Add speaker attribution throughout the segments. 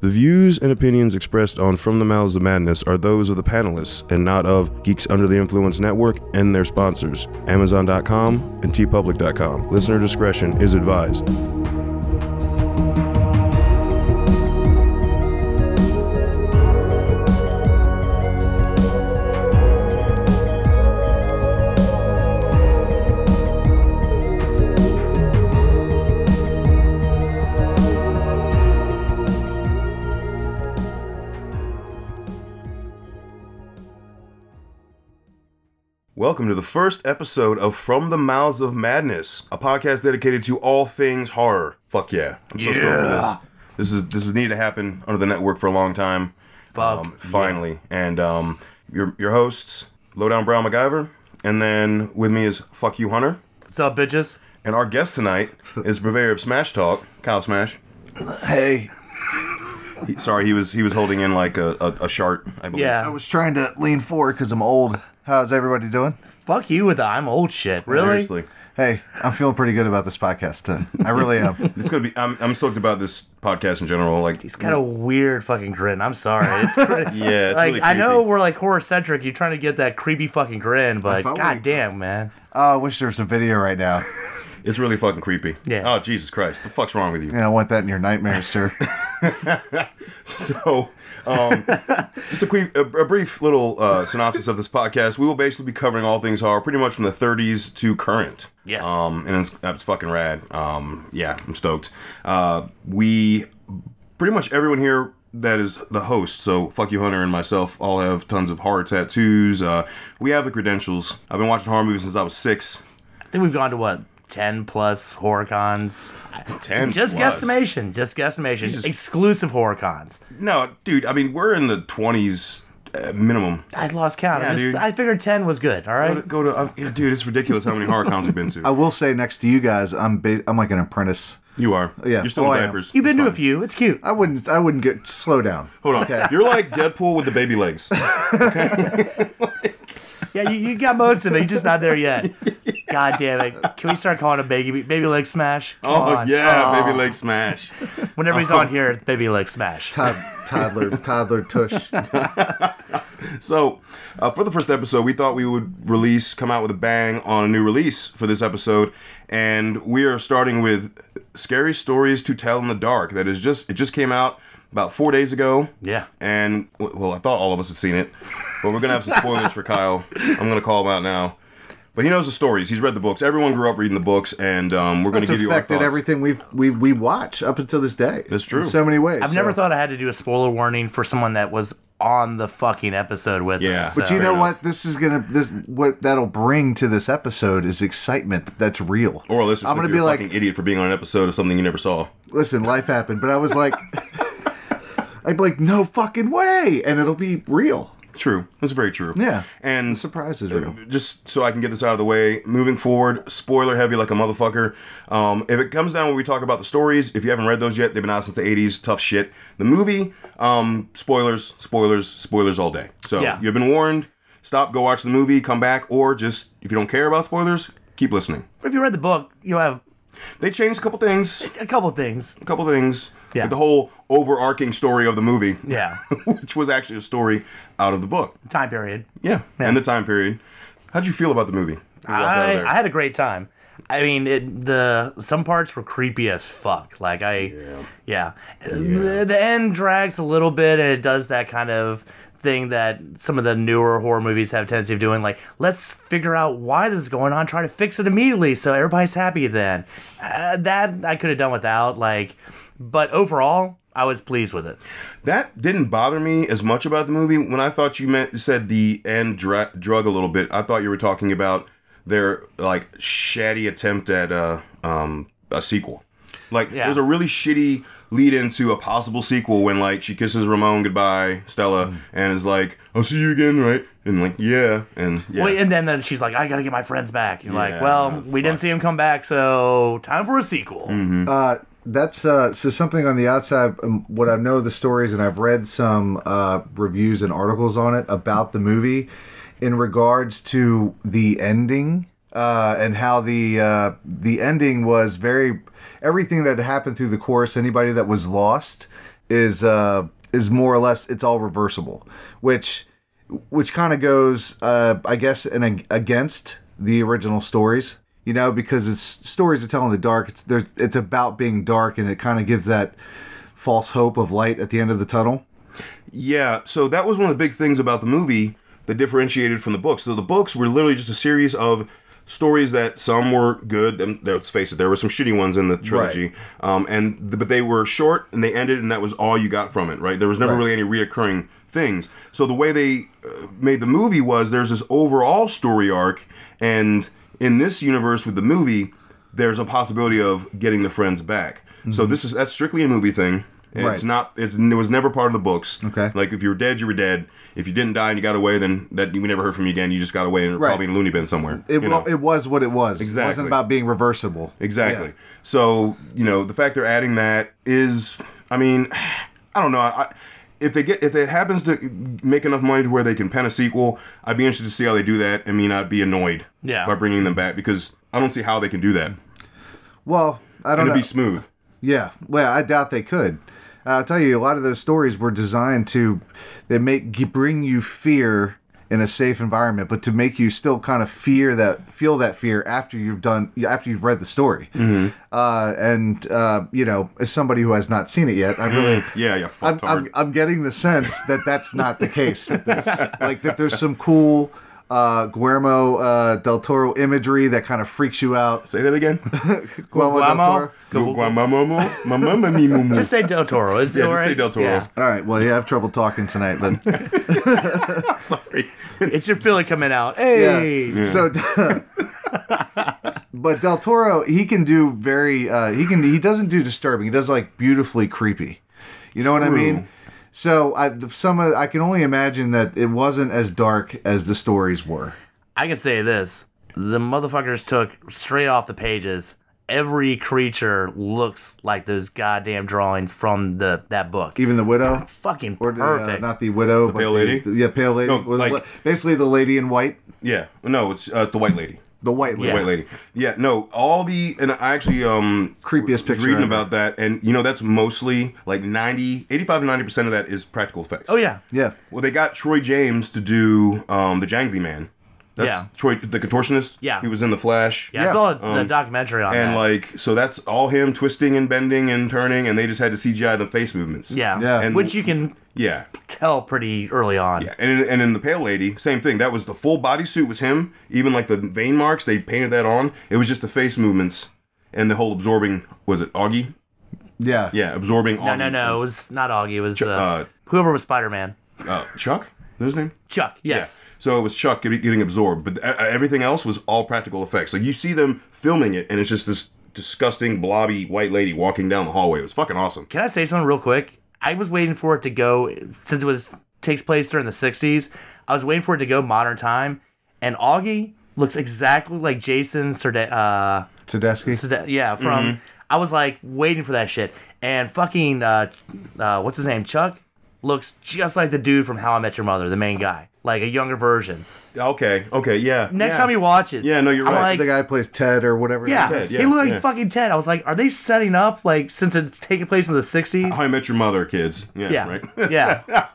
Speaker 1: The views and opinions expressed on From the Mouths of Madness are those of the panelists and not of Geeks Under the Influence Network and their sponsors, Amazon.com and tpublic.com. Listener discretion is advised. Welcome to the first episode of From the Mouths of Madness, a podcast dedicated to all things horror. Fuck yeah. I'm so stoked for this. This is this is needed to happen under the network for a long time.
Speaker 2: Fuck
Speaker 1: Um, finally. And um your your hosts, Lowdown Brown MacGyver, and then with me is Fuck You Hunter.
Speaker 2: What's up, bitches?
Speaker 1: And our guest tonight is purveyor of Smash Talk, Kyle Smash.
Speaker 3: Hey,
Speaker 1: He- sorry, he was he was holding in like a, a, a shart, I believe.
Speaker 2: Yeah.
Speaker 3: I was trying to lean forward because I'm old. How's everybody doing?
Speaker 2: Fuck you with the I'm old shit. Really?
Speaker 1: Seriously.
Speaker 3: Hey, I'm feeling pretty good about this podcast. uh, I really am.
Speaker 1: It's gonna be I'm I'm stoked about this podcast in general. Like
Speaker 2: He's got a weird fucking grin. I'm sorry. It's cre-
Speaker 1: Yeah, it's
Speaker 2: like
Speaker 1: really
Speaker 2: I know
Speaker 1: creepy.
Speaker 2: we're like horror centric. You're trying to get that creepy fucking grin, but
Speaker 3: If I were-
Speaker 2: goddamn, man.
Speaker 3: Oh, I wish there was a video right now.
Speaker 1: It's really fucking creepy.
Speaker 2: Yeah.
Speaker 1: Oh Jesus Christ, the fuck's wrong with you?
Speaker 3: Yeah, I want that in your nightmares, sir.
Speaker 1: So, um, just a quick, a, a brief little uh, synopsis of this podcast. We will basically be covering all things horror, pretty much from the 30s to current.
Speaker 2: Yes.
Speaker 1: Um, and it's that's fucking rad. Um, yeah, I'm stoked. Uh, we pretty much everyone here that is the host. So fuck you, Hunter, and myself all have tons of horror tattoos. Uh, we have the credentials. I've been watching horror movies since I was six.
Speaker 2: I think we've gone to what ten plus horror cons.
Speaker 1: Ten.
Speaker 2: Just
Speaker 1: plus.
Speaker 2: guesstimation. Just guesstimation. Exclusive horror cons.
Speaker 1: No, dude. I mean, we're in the 20s uh, minimum.
Speaker 2: I lost count.
Speaker 1: Yeah,
Speaker 2: I,
Speaker 1: dude.
Speaker 2: just, I figured ten was good. All
Speaker 1: Go
Speaker 2: right.
Speaker 1: to, go to uh, yeah, dude. It's ridiculous how many horror cons we've been to.
Speaker 3: I will say, next to you guys, I'm ba- I'm like an apprentice.
Speaker 1: You are.
Speaker 3: Yeah.
Speaker 1: You're still
Speaker 3: Oh,
Speaker 1: in
Speaker 3: I am.
Speaker 1: diapers.
Speaker 2: You've been
Speaker 1: It's
Speaker 2: to a
Speaker 1: fine.
Speaker 2: few. It's cute.
Speaker 3: I wouldn't. I wouldn't get slow down.
Speaker 1: Hold on.
Speaker 3: Okay.
Speaker 1: You're like Deadpool with the baby legs.
Speaker 2: Yeah, you, you got most of it. You're just not there yet. God damn it! Can we start calling a baby baby leg smash? Come
Speaker 1: Oh
Speaker 2: on.
Speaker 1: yeah,
Speaker 2: Aw.
Speaker 1: baby Oh. leg smash.
Speaker 2: Whenever he's on here, it's baby leg smash.
Speaker 3: Tod- toddler, toddler tush.
Speaker 1: So, uh, for the first episode, we thought we would release, come out with a bang on a new release for this episode, and we are starting with "Scary Stories to Tell in the Dark." That is just it just came out about four days ago.
Speaker 2: Yeah.
Speaker 1: And w- well, I thought all of us had seen it, but we're gonna have some spoilers for Kyle. I'm gonna call him out now. But he knows the stories. He's read the books. Everyone grew up reading the books, and um, we're going
Speaker 3: It's
Speaker 1: to give you our
Speaker 3: affected
Speaker 1: thoughts.
Speaker 3: everything we've we we watch up until this day.
Speaker 1: That's true.
Speaker 3: In so many ways.
Speaker 2: I've never thought I had to do a spoiler warning for someone that was on the fucking episode with
Speaker 1: Yeah.
Speaker 2: us.
Speaker 1: But
Speaker 3: Do you
Speaker 1: Fair
Speaker 3: know
Speaker 1: enough.
Speaker 3: what this is gonna this what that'll bring to this episode is excitement that's real.
Speaker 1: Or let's just
Speaker 3: I'm
Speaker 1: I'm
Speaker 3: gonna
Speaker 1: you're
Speaker 3: be
Speaker 1: a
Speaker 3: like,
Speaker 1: fucking idiot for being on an episode of something you never saw.
Speaker 3: listen, life happened, but I was like, I'd be like, no fucking way, and it'll be real.
Speaker 1: True. That's very true.
Speaker 3: Yeah.
Speaker 1: And
Speaker 3: Surprise is real.
Speaker 1: just so I can get this out of the way, moving forward, spoiler heavy like a motherfucker. Um, if it comes down when we talk about the stories, if you haven't read those yet, they've been out since the 80s, tough shit. The movie, um, spoilers, spoilers, spoilers all day. So
Speaker 2: Yeah.
Speaker 1: you've been warned. Stop, go watch the movie, come back, or just if you don't care about spoilers, keep listening.
Speaker 2: But if you read the book, you'll have
Speaker 1: They changed a couple things.
Speaker 2: a couple things.
Speaker 1: A couple things.
Speaker 2: Yeah.
Speaker 1: Like the whole overarching story of the movie.
Speaker 2: Yeah.
Speaker 1: which was actually a story out of the book.
Speaker 2: Time period.
Speaker 1: Yeah, and the time period. How'd you feel about the movie? when you walked out of
Speaker 2: I,
Speaker 1: there?
Speaker 2: I had a great time. I mean, it, the some parts were creepy as fuck. Like I, yeah, The, the end drags a little bit, and it does that kind of thing that some of the newer horror movies have a tendency of doing. Like, let's figure out why this is going on, try to fix it immediately, so everybody's happy. Then uh, that I could have done without. Like, but overall, I was pleased with it.
Speaker 1: that didn't bother me as much about the movie. When I thought you meant said the end dra- drug a little bit, I thought you were talking about their like shatty attempt at uh, um, a sequel. Like
Speaker 2: Yeah.
Speaker 1: there's a really shitty lead into a possible sequel when like she kisses Ramon goodbye, Stella, and is like, "I'll see you again," right? And like, yeah, and yeah.
Speaker 2: Wait, and then, then she's like, I gotta get my friends back. You're
Speaker 1: Yeah,
Speaker 2: like, well, we
Speaker 1: fuck. Mm-hmm.
Speaker 2: didn't see him come back, so time for a sequel.
Speaker 3: Uh, that's uh, so something on the outside. Um, what I know of the stories, and I've read some uh, reviews and articles on it about the movie in regards to the ending uh, and how the uh, the ending was very everything that happened through the course. Anybody that was lost is uh, is more or less it's all reversible, which which kind of goes, uh, I guess, in ag- against the original stories. You know, because it's stories to tell in the dark. It's there's it's about being dark, and it kind of gives that false hope of light at the end of the tunnel.
Speaker 1: Yeah, so that was one of the big things about the movie that differentiated from the books. So the books were literally just a series of stories that some were good. And let's face it, there were some shitty ones in the trilogy, um, and th- but they were short and they ended, and that was all you got from it. Right? There was never really any reoccurring things. So the way they uh, made the movie was there's this overall story arc, and in this universe with the movie, there's a possibility of getting the friends back. So this is that's strictly a movie thing. And It's
Speaker 3: Right.
Speaker 1: not. It's, it was never part of the books.
Speaker 3: Okay.
Speaker 1: Like if you were dead, you were dead. If you didn't die and you got away, then that we never heard from you again. You just got away and probably in a loony bin somewhere.
Speaker 3: It,
Speaker 1: you
Speaker 3: wa-
Speaker 1: know?
Speaker 3: it was what it was. It
Speaker 1: Exactly.
Speaker 3: wasn't about being reversible.
Speaker 1: Exactly. So you know the fact they're adding that is, I mean, I don't know. I, if they get if it happens to make enough money to where they can pen a sequel, I'd be interested to see how they do that. I mean, I'd be annoyed
Speaker 2: Yeah.
Speaker 1: by bringing them back because I don't see how they can do that.
Speaker 3: Well, I don't
Speaker 1: And
Speaker 3: know.
Speaker 1: it'd be smooth.
Speaker 3: Yeah, well, I doubt they could. Uh, I'll tell you, a lot of those stories were designed to they make g- bring you fear in a safe environment, but to make you still kind of fear that feel that fear after you've done after you've read the story. Uh, and uh, you know, as somebody who has not seen it yet, I really.
Speaker 1: Yeah, yeah.
Speaker 3: I'm,
Speaker 1: Fucked
Speaker 3: I'm, I'm getting the sense that that's not the case with this. like that there's some cool uh, Guillermo uh, del Toro imagery that kind of freaks you out.
Speaker 1: Say that again.
Speaker 3: Guillermo del
Speaker 2: Guamo?
Speaker 3: Toro.
Speaker 1: Guamamo, mamamamimumu.
Speaker 2: Just say Del Toro. It's
Speaker 1: Yeah,
Speaker 2: all
Speaker 1: just say
Speaker 2: right.
Speaker 1: Del Toro.
Speaker 2: Yeah.
Speaker 3: All right. Well, you have trouble talking tonight, but
Speaker 1: Sorry.
Speaker 2: It's your Philly coming out. Hey.
Speaker 3: So, but Del Toro, he can do very. Uh, he can. He doesn't do disturbing. He does like beautifully creepy. You know what I
Speaker 1: True.
Speaker 3: mean? So I the- some of, I can only imagine that it wasn't as dark as the stories were.
Speaker 2: I can say this: the motherfuckers took straight off the pages. Every creature looks like those goddamn drawings from the that book.
Speaker 3: Even the widow,
Speaker 2: Fucking
Speaker 3: or the, uh,
Speaker 2: perfect.
Speaker 3: not the widow, the but
Speaker 1: pale
Speaker 3: the-
Speaker 1: lady?
Speaker 3: the- yeah, pale lady.
Speaker 1: No,
Speaker 3: Well, the
Speaker 1: like-
Speaker 3: la- basically the lady in white,
Speaker 1: Yeah. No, it's uh, the white lady.
Speaker 3: the white lady.
Speaker 2: Yeah.
Speaker 1: white lady. Yeah, no, all the and I actually um
Speaker 3: Creepiest
Speaker 1: was
Speaker 3: picture
Speaker 1: reading
Speaker 3: ever.
Speaker 1: about that and you know that's mostly like 90 85 to 90% of that is practical effects.
Speaker 2: oh yeah,
Speaker 3: Yeah.
Speaker 1: Well, they got Troy James to do um the Jangly Man. That's
Speaker 2: Yeah.
Speaker 1: Troy the contortionist.
Speaker 2: Yeah.
Speaker 1: He was in the Flash.
Speaker 2: yeah.
Speaker 3: Yeah.
Speaker 2: I saw the documentary on
Speaker 1: Um, And
Speaker 2: that.
Speaker 1: like so that's all him twisting and bending and turning and they just had to CGI the face movements.
Speaker 2: yeah,
Speaker 3: Yeah. And-
Speaker 2: which you can
Speaker 1: Yeah.
Speaker 2: tell pretty early on.
Speaker 1: Yeah, and in, and in the Pale Lady, same thing. That was the full bodysuit was him. Even like the vein marks, they painted that on. It was just the face movements and the whole absorbing. Was it Augie?
Speaker 3: Yeah.
Speaker 1: Yeah, absorbing.
Speaker 2: No, no, no. It was not Augie. It was uh,
Speaker 1: uh,
Speaker 2: whoever was Spider Man.
Speaker 1: Uh, Chuck, is his name.
Speaker 2: Chuck. Yes.
Speaker 1: Yeah. So it was Chuck getting getting absorbed, but uh, everything else was all practical effects. So you see them filming it, and it's just this disgusting blobby white lady walking down the hallway. It was fucking awesome.
Speaker 2: Can I say something real quick? I was waiting for it to go since it was takes place during the '60s. I was waiting for it to go modern time, and Augie looks exactly like Jason Sude- uh,
Speaker 3: Tedeschi.
Speaker 2: Sude- yeah, from.
Speaker 1: Mm-hmm.
Speaker 2: I was like waiting for that shit, and fucking uh, uh, what's his name, Chuck, looks just like the dude from How I Met Your Mother, the main guy, like a younger version.
Speaker 1: Okay, okay, yeah.
Speaker 2: Next
Speaker 1: yeah.
Speaker 2: time you watch it,
Speaker 1: Yeah, no, you're
Speaker 2: I'm
Speaker 1: right.
Speaker 2: like-
Speaker 3: the guy plays Ted or whatever.
Speaker 2: yeah,
Speaker 1: Ted, yeah,
Speaker 2: he looked like
Speaker 1: yeah.
Speaker 2: fucking Ted. I was like, are they setting up like since it's taking place in the '60s?
Speaker 1: How I Met Your Mother, kids. Yeah,
Speaker 2: yeah,
Speaker 1: right.
Speaker 2: yeah.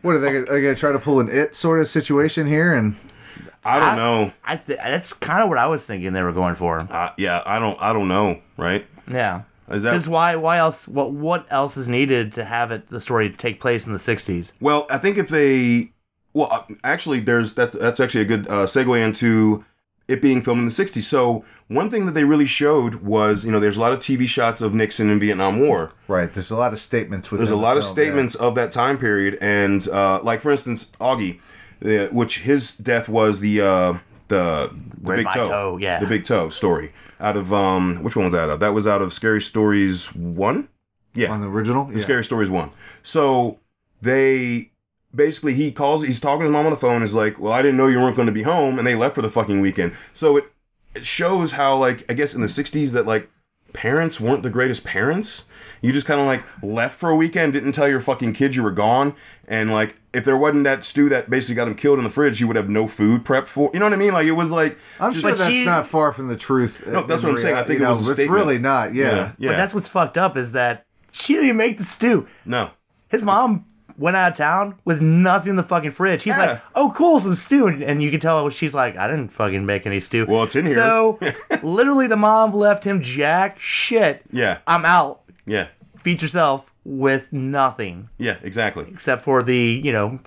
Speaker 3: What are they? Are they gonna try to pull an it sort of situation here? And
Speaker 1: I don't
Speaker 2: I-
Speaker 1: know.
Speaker 2: I th- that's kind of what I was thinking they were going for.
Speaker 1: Uh, yeah, I don't. I don't know. Right?
Speaker 2: Yeah.
Speaker 1: Is that
Speaker 2: Because why? Why else? What? What else is needed to have it the story take place in the '60s?
Speaker 1: Well, I think if they, well, uh, actually, there's that's that's actually a good uh, segue into it being filmed in the '60s. So one thing that they really showed was, you know, there's a lot of TV shots of Nixon and Vietnam War.
Speaker 3: right, there's a lot of statements.
Speaker 1: There's a lot of statements of that time period, and uh, like for instance, Augie, uh, which his death was the uh, the, the
Speaker 2: Where's
Speaker 1: big
Speaker 2: my
Speaker 1: toe,
Speaker 2: toe? Yeah.
Speaker 1: the big toe story out of um, which one was that? Out of? That was out of Scary Stories one. Yeah,
Speaker 3: on the original. Yeah.
Speaker 1: Scary Stories one. So they basically he calls he's talking to his mom on the phone is like, Well, I didn't know you weren't gonna be home and they left for the fucking weekend. So it it shows how like I guess in the sixties that like parents weren't the greatest parents. You just kinda like left for a weekend, didn't tell your fucking kids you were gone, and like if there wasn't that stew that basically got him killed in the fridge, he would have no food prep for you know what I mean? Like it was like
Speaker 3: I'm
Speaker 1: just
Speaker 3: sure
Speaker 2: But
Speaker 3: that's
Speaker 2: she-
Speaker 3: not far from the truth. uh, No,
Speaker 1: that's what I'm saying. I think it was a
Speaker 3: it's
Speaker 1: statement.
Speaker 3: really not. Yeah.
Speaker 1: yeah.
Speaker 2: But that's what's fucked up is that she didn't even make the stew.
Speaker 1: no.
Speaker 2: His mom went out of town with nothing in the fucking fridge. He's
Speaker 1: Yeah.
Speaker 2: like, "Oh, cool, some stew," and, and you can tell she's like, "I didn't fucking make any stew."
Speaker 1: Well, it's in here.
Speaker 2: So literally, the mom left him jack shit.
Speaker 1: Yeah.
Speaker 2: I'm out.
Speaker 1: Yeah.
Speaker 2: Feed yourself with nothing
Speaker 1: Yeah, exactly.
Speaker 2: except for the you know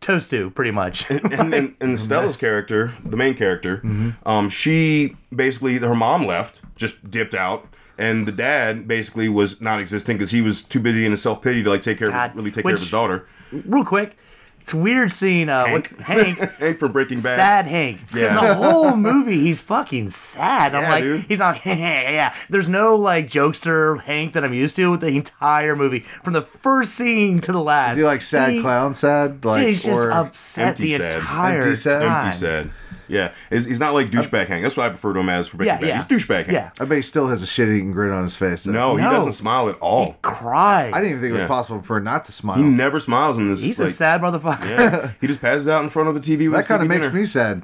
Speaker 2: toast stew, pretty much.
Speaker 1: and, and, and Stella's character, the main character,
Speaker 2: Mm-hmm.
Speaker 1: um, she basically her mom left, just dipped out, and the dad basically was non-existent because he was too busy in his self pity to like take care of
Speaker 2: God,
Speaker 1: his, really take
Speaker 2: when
Speaker 1: care of his
Speaker 2: she-
Speaker 1: daughter.
Speaker 2: Real quick, it's weird seeing uh, Hank. What, Hank
Speaker 1: Hank from Breaking Bad.
Speaker 2: Sad Hank. Because
Speaker 1: Yeah.
Speaker 2: the whole movie, he's fucking sad. I'm
Speaker 1: Yeah,
Speaker 2: like,
Speaker 1: dude.
Speaker 2: he's not, yeah. There's no like jokester Hank that I'm used to with the entire movie, from the first scene to the last.
Speaker 3: Is he like sad
Speaker 2: He-
Speaker 3: clown sad? Like
Speaker 2: He's just
Speaker 3: or
Speaker 2: upset
Speaker 1: Empty
Speaker 2: the
Speaker 1: sad.
Speaker 2: entire
Speaker 3: Empty sad?
Speaker 2: time. Uh,
Speaker 1: Empty sad. Yeah, he's, he's not like douchebag Hank. That's what I refer to him as for Breaking
Speaker 2: Yeah,
Speaker 1: Bad.
Speaker 2: yeah.
Speaker 1: He's douchebag Hank.
Speaker 2: Yeah.
Speaker 3: I bet he still has a shit-eating grin on his face.
Speaker 1: No, he
Speaker 2: No.
Speaker 1: doesn't smile at all.
Speaker 2: Cries.
Speaker 3: I didn't even think it
Speaker 1: Yeah.
Speaker 3: was possible for her not to smile.
Speaker 1: He never smiles in this.
Speaker 2: He's
Speaker 1: like,
Speaker 2: a sad motherfucker.
Speaker 1: yeah. He just passes out in front of the TV. With
Speaker 3: that kind of makes me sad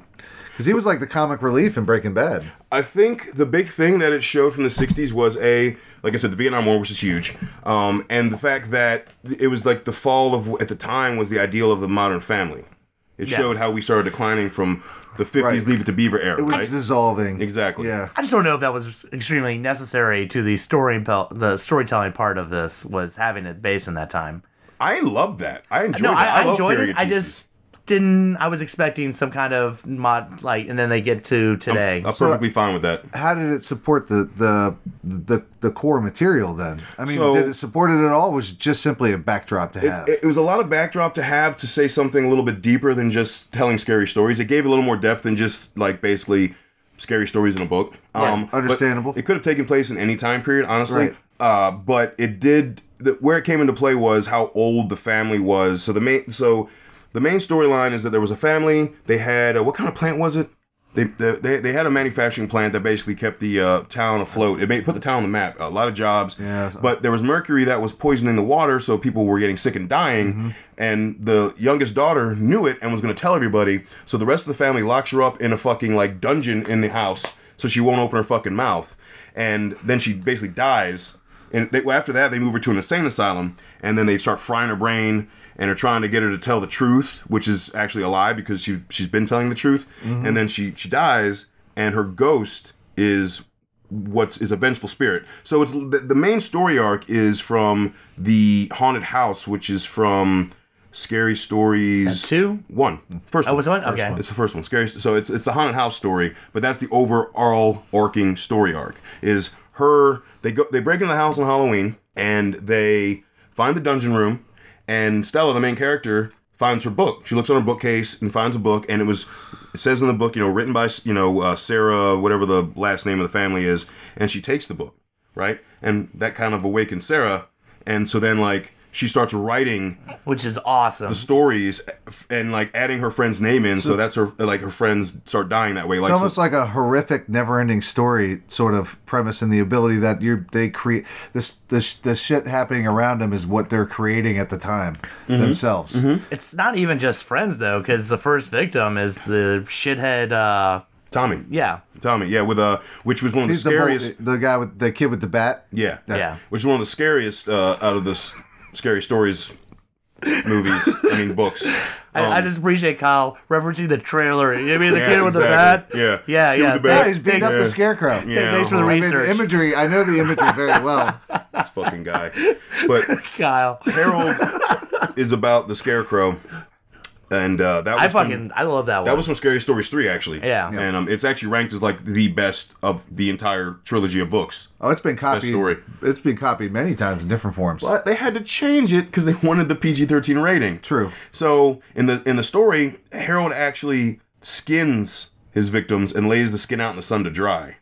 Speaker 3: because he was like the comic relief in Breaking Bad.
Speaker 1: I think the big thing that it showed from the 60s was a, like I said, the Vietnam War, which is huge, um, and the fact that it was like the fall of, at the time, was the ideal of the modern family. It
Speaker 2: Yeah.
Speaker 1: showed how we started declining from the 50s
Speaker 3: Right.
Speaker 1: Leave It to Beaver era,
Speaker 3: It was
Speaker 1: right?
Speaker 3: dissolving.
Speaker 1: Exactly.
Speaker 3: Yeah.
Speaker 2: I just don't know if that was extremely necessary to the story, the storytelling part of this was having it based in that time.
Speaker 1: I love that. I enjoyed
Speaker 2: No,
Speaker 1: it.
Speaker 2: I, I
Speaker 1: love
Speaker 2: enjoyed it.
Speaker 1: period
Speaker 2: I
Speaker 1: pieces.
Speaker 2: just didn't. I was expecting some kind of mod, like, and then they get to today.
Speaker 1: I'm perfectly fine with that.
Speaker 3: How did it support the the the, the core material then? I mean,
Speaker 1: So-
Speaker 3: did it support it at all? Was it just simply a backdrop to have?
Speaker 1: It, it was a lot of backdrop to have to say something a little bit deeper than just telling scary stories. It gave a little more depth than just like basically scary stories in a book. Um, but
Speaker 3: understandable.
Speaker 1: It could have taken place in any time period, honestly.
Speaker 3: Right.
Speaker 1: Uh, but it did. The, where it came into play was how old the family was. So the main so the main storyline is that there was a family. They had uh what kind of plant was it? They, they, they had a manufacturing plant that basically kept the uh, town afloat. It made, put the town on the map. A lot of jobs.
Speaker 3: Yeah.
Speaker 1: But there was mercury that was poisoning the water, so people were getting sick and dying.
Speaker 3: Mm-hmm.
Speaker 1: And the youngest daughter knew it and was going to tell everybody. So the rest of the family locks her up in a fucking like dungeon in the house, so she won't open her fucking mouth. And then she basically dies. And they, well, after that, they move her to an insane asylum, and then they start frying her brain. And are trying to get her to tell the truth, which is actually a lie because she she's been telling the truth,
Speaker 2: Mm-hmm.
Speaker 1: and then she she dies, and her ghost is what's is a vengeful spirit. So it's the, the main story arc is from the haunted house, which is from Scary Stories
Speaker 2: Is that two?
Speaker 1: one. First
Speaker 2: Oh, was it one?
Speaker 1: First
Speaker 2: Okay.
Speaker 1: It's the first one. Scary. So it's it's the haunted house story, but that's the overall arcing story arc. Is her they go they break into the house on Halloween and they find the dungeon room, and Stella, the main character, finds her book. She looks on her bookcase and finds a book, and it was it says in the book, you know, written by you know uh, Sarah, whatever the last name of the family is, and she takes the book, right, and that kind of awakens Sarah, and so then like she starts writing
Speaker 2: which is awesome.
Speaker 1: stories and like adding her friend's name in, so, that's her like her friends start dying that way. Like,
Speaker 3: It's
Speaker 1: so-
Speaker 3: almost like a horrific, never-ending story sort of premise, and the ability that you they create this this the shit happening around them is what they're creating at the time
Speaker 1: Mm-hmm.
Speaker 3: themselves.
Speaker 2: It's not even just friends though, because the first victim is the shithead. Uh,
Speaker 1: Tommy,
Speaker 2: yeah,
Speaker 1: Tommy, yeah, with uh, which was one of the
Speaker 3: He's the, bull-
Speaker 1: scariest.
Speaker 3: the guy with the kid with the bat.
Speaker 1: yeah,
Speaker 2: Yeah.
Speaker 1: which is one of the scariest uh, out of the s- scary stories movies. I mean, books. Um,
Speaker 2: I, I just appreciate Kyle referencing the trailer. I mean, the
Speaker 1: Yeah,
Speaker 2: kid with
Speaker 1: exactly.
Speaker 2: the bat.
Speaker 1: Yeah.
Speaker 2: yeah,
Speaker 1: Kid with
Speaker 2: yeah.
Speaker 1: the bat.
Speaker 3: Yeah, he's beating up
Speaker 1: Yeah.
Speaker 3: the scarecrow.
Speaker 1: Yeah,
Speaker 2: thanks for the
Speaker 1: uh-huh.
Speaker 3: I mean, the
Speaker 2: research,
Speaker 3: imagery. I know the imagery very well.
Speaker 1: This fucking guy, but
Speaker 2: Kyle.
Speaker 1: Harold is about the scarecrow, and uh, that was
Speaker 2: I
Speaker 1: from-
Speaker 2: fucking I love that one.
Speaker 1: That was from Scary Stories three, actually.
Speaker 2: Yeah. Yeah.
Speaker 1: and um, it's actually ranked as like the best of the entire trilogy of books.
Speaker 3: Oh, it's been copied.
Speaker 1: story.
Speaker 3: It's been copied many times in different forms.
Speaker 1: But they had to change it because they wanted the PG thirteen rating.
Speaker 3: True.
Speaker 1: So in the in the story, Harold actually skins his victims and lays the skin out in the sun to dry.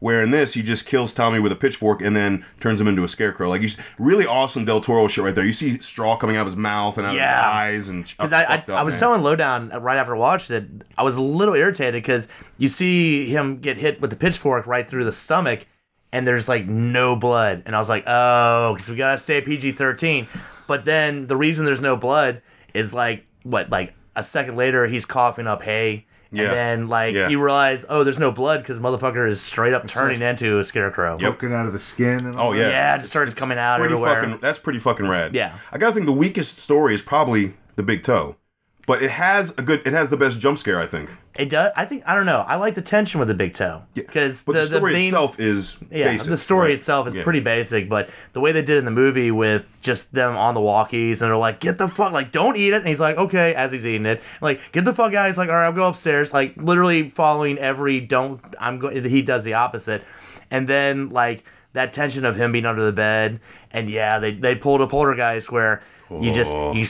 Speaker 1: Where in this, he just kills Tommy with a pitchfork and then turns him into a scarecrow. Like you, s- really awesome Del Toro shit right there. You see straw coming out of his mouth and out of
Speaker 2: Yeah.
Speaker 1: his eyes, and
Speaker 2: Because I, I, I was telling Lowdown right after I watched it, I was a little irritated because you see him get hit with the pitchfork right through the stomach, and there's like no blood, and I was like, oh, because we gotta stay PG thirteen. But then the reason there's no blood is like what, like a second later he's coughing up hay,
Speaker 1: Yeah.
Speaker 2: And then like
Speaker 1: Yeah.
Speaker 2: you realize, oh, there's no blood because motherfucker is straight up turning into a scarecrow.
Speaker 1: Yep.
Speaker 3: poking out of his skin. And all
Speaker 1: Oh
Speaker 3: that.
Speaker 1: yeah,
Speaker 2: Yeah, it starts coming out
Speaker 1: pretty
Speaker 2: everywhere.
Speaker 1: Fucking, that's pretty fucking rad.
Speaker 2: Yeah.
Speaker 1: I gotta think the weakest story is probably the big toe, but it has a good. It has the best jump scare, I think.
Speaker 2: It does. I think I don't know. I like the tension with the big toe because
Speaker 1: But the,
Speaker 2: the, the,
Speaker 1: story
Speaker 2: main-
Speaker 1: itself is
Speaker 2: Yeah,
Speaker 1: basic,
Speaker 2: the story
Speaker 1: right?
Speaker 2: itself is
Speaker 1: Yeah.
Speaker 2: pretty basic, but the way they did it in the movie with just them on the walkies and they're like, "Get the fuck, like, don't eat it," and he's like, "Okay," as he's eating it, like, "Get the fuck out," he's like, "All right, I'll go upstairs," like, literally following every don't. I'm going. He does the opposite, and then like that tension of him being under the bed, and yeah, they they pulled a poltergeist where. You just
Speaker 1: Oh.
Speaker 2: you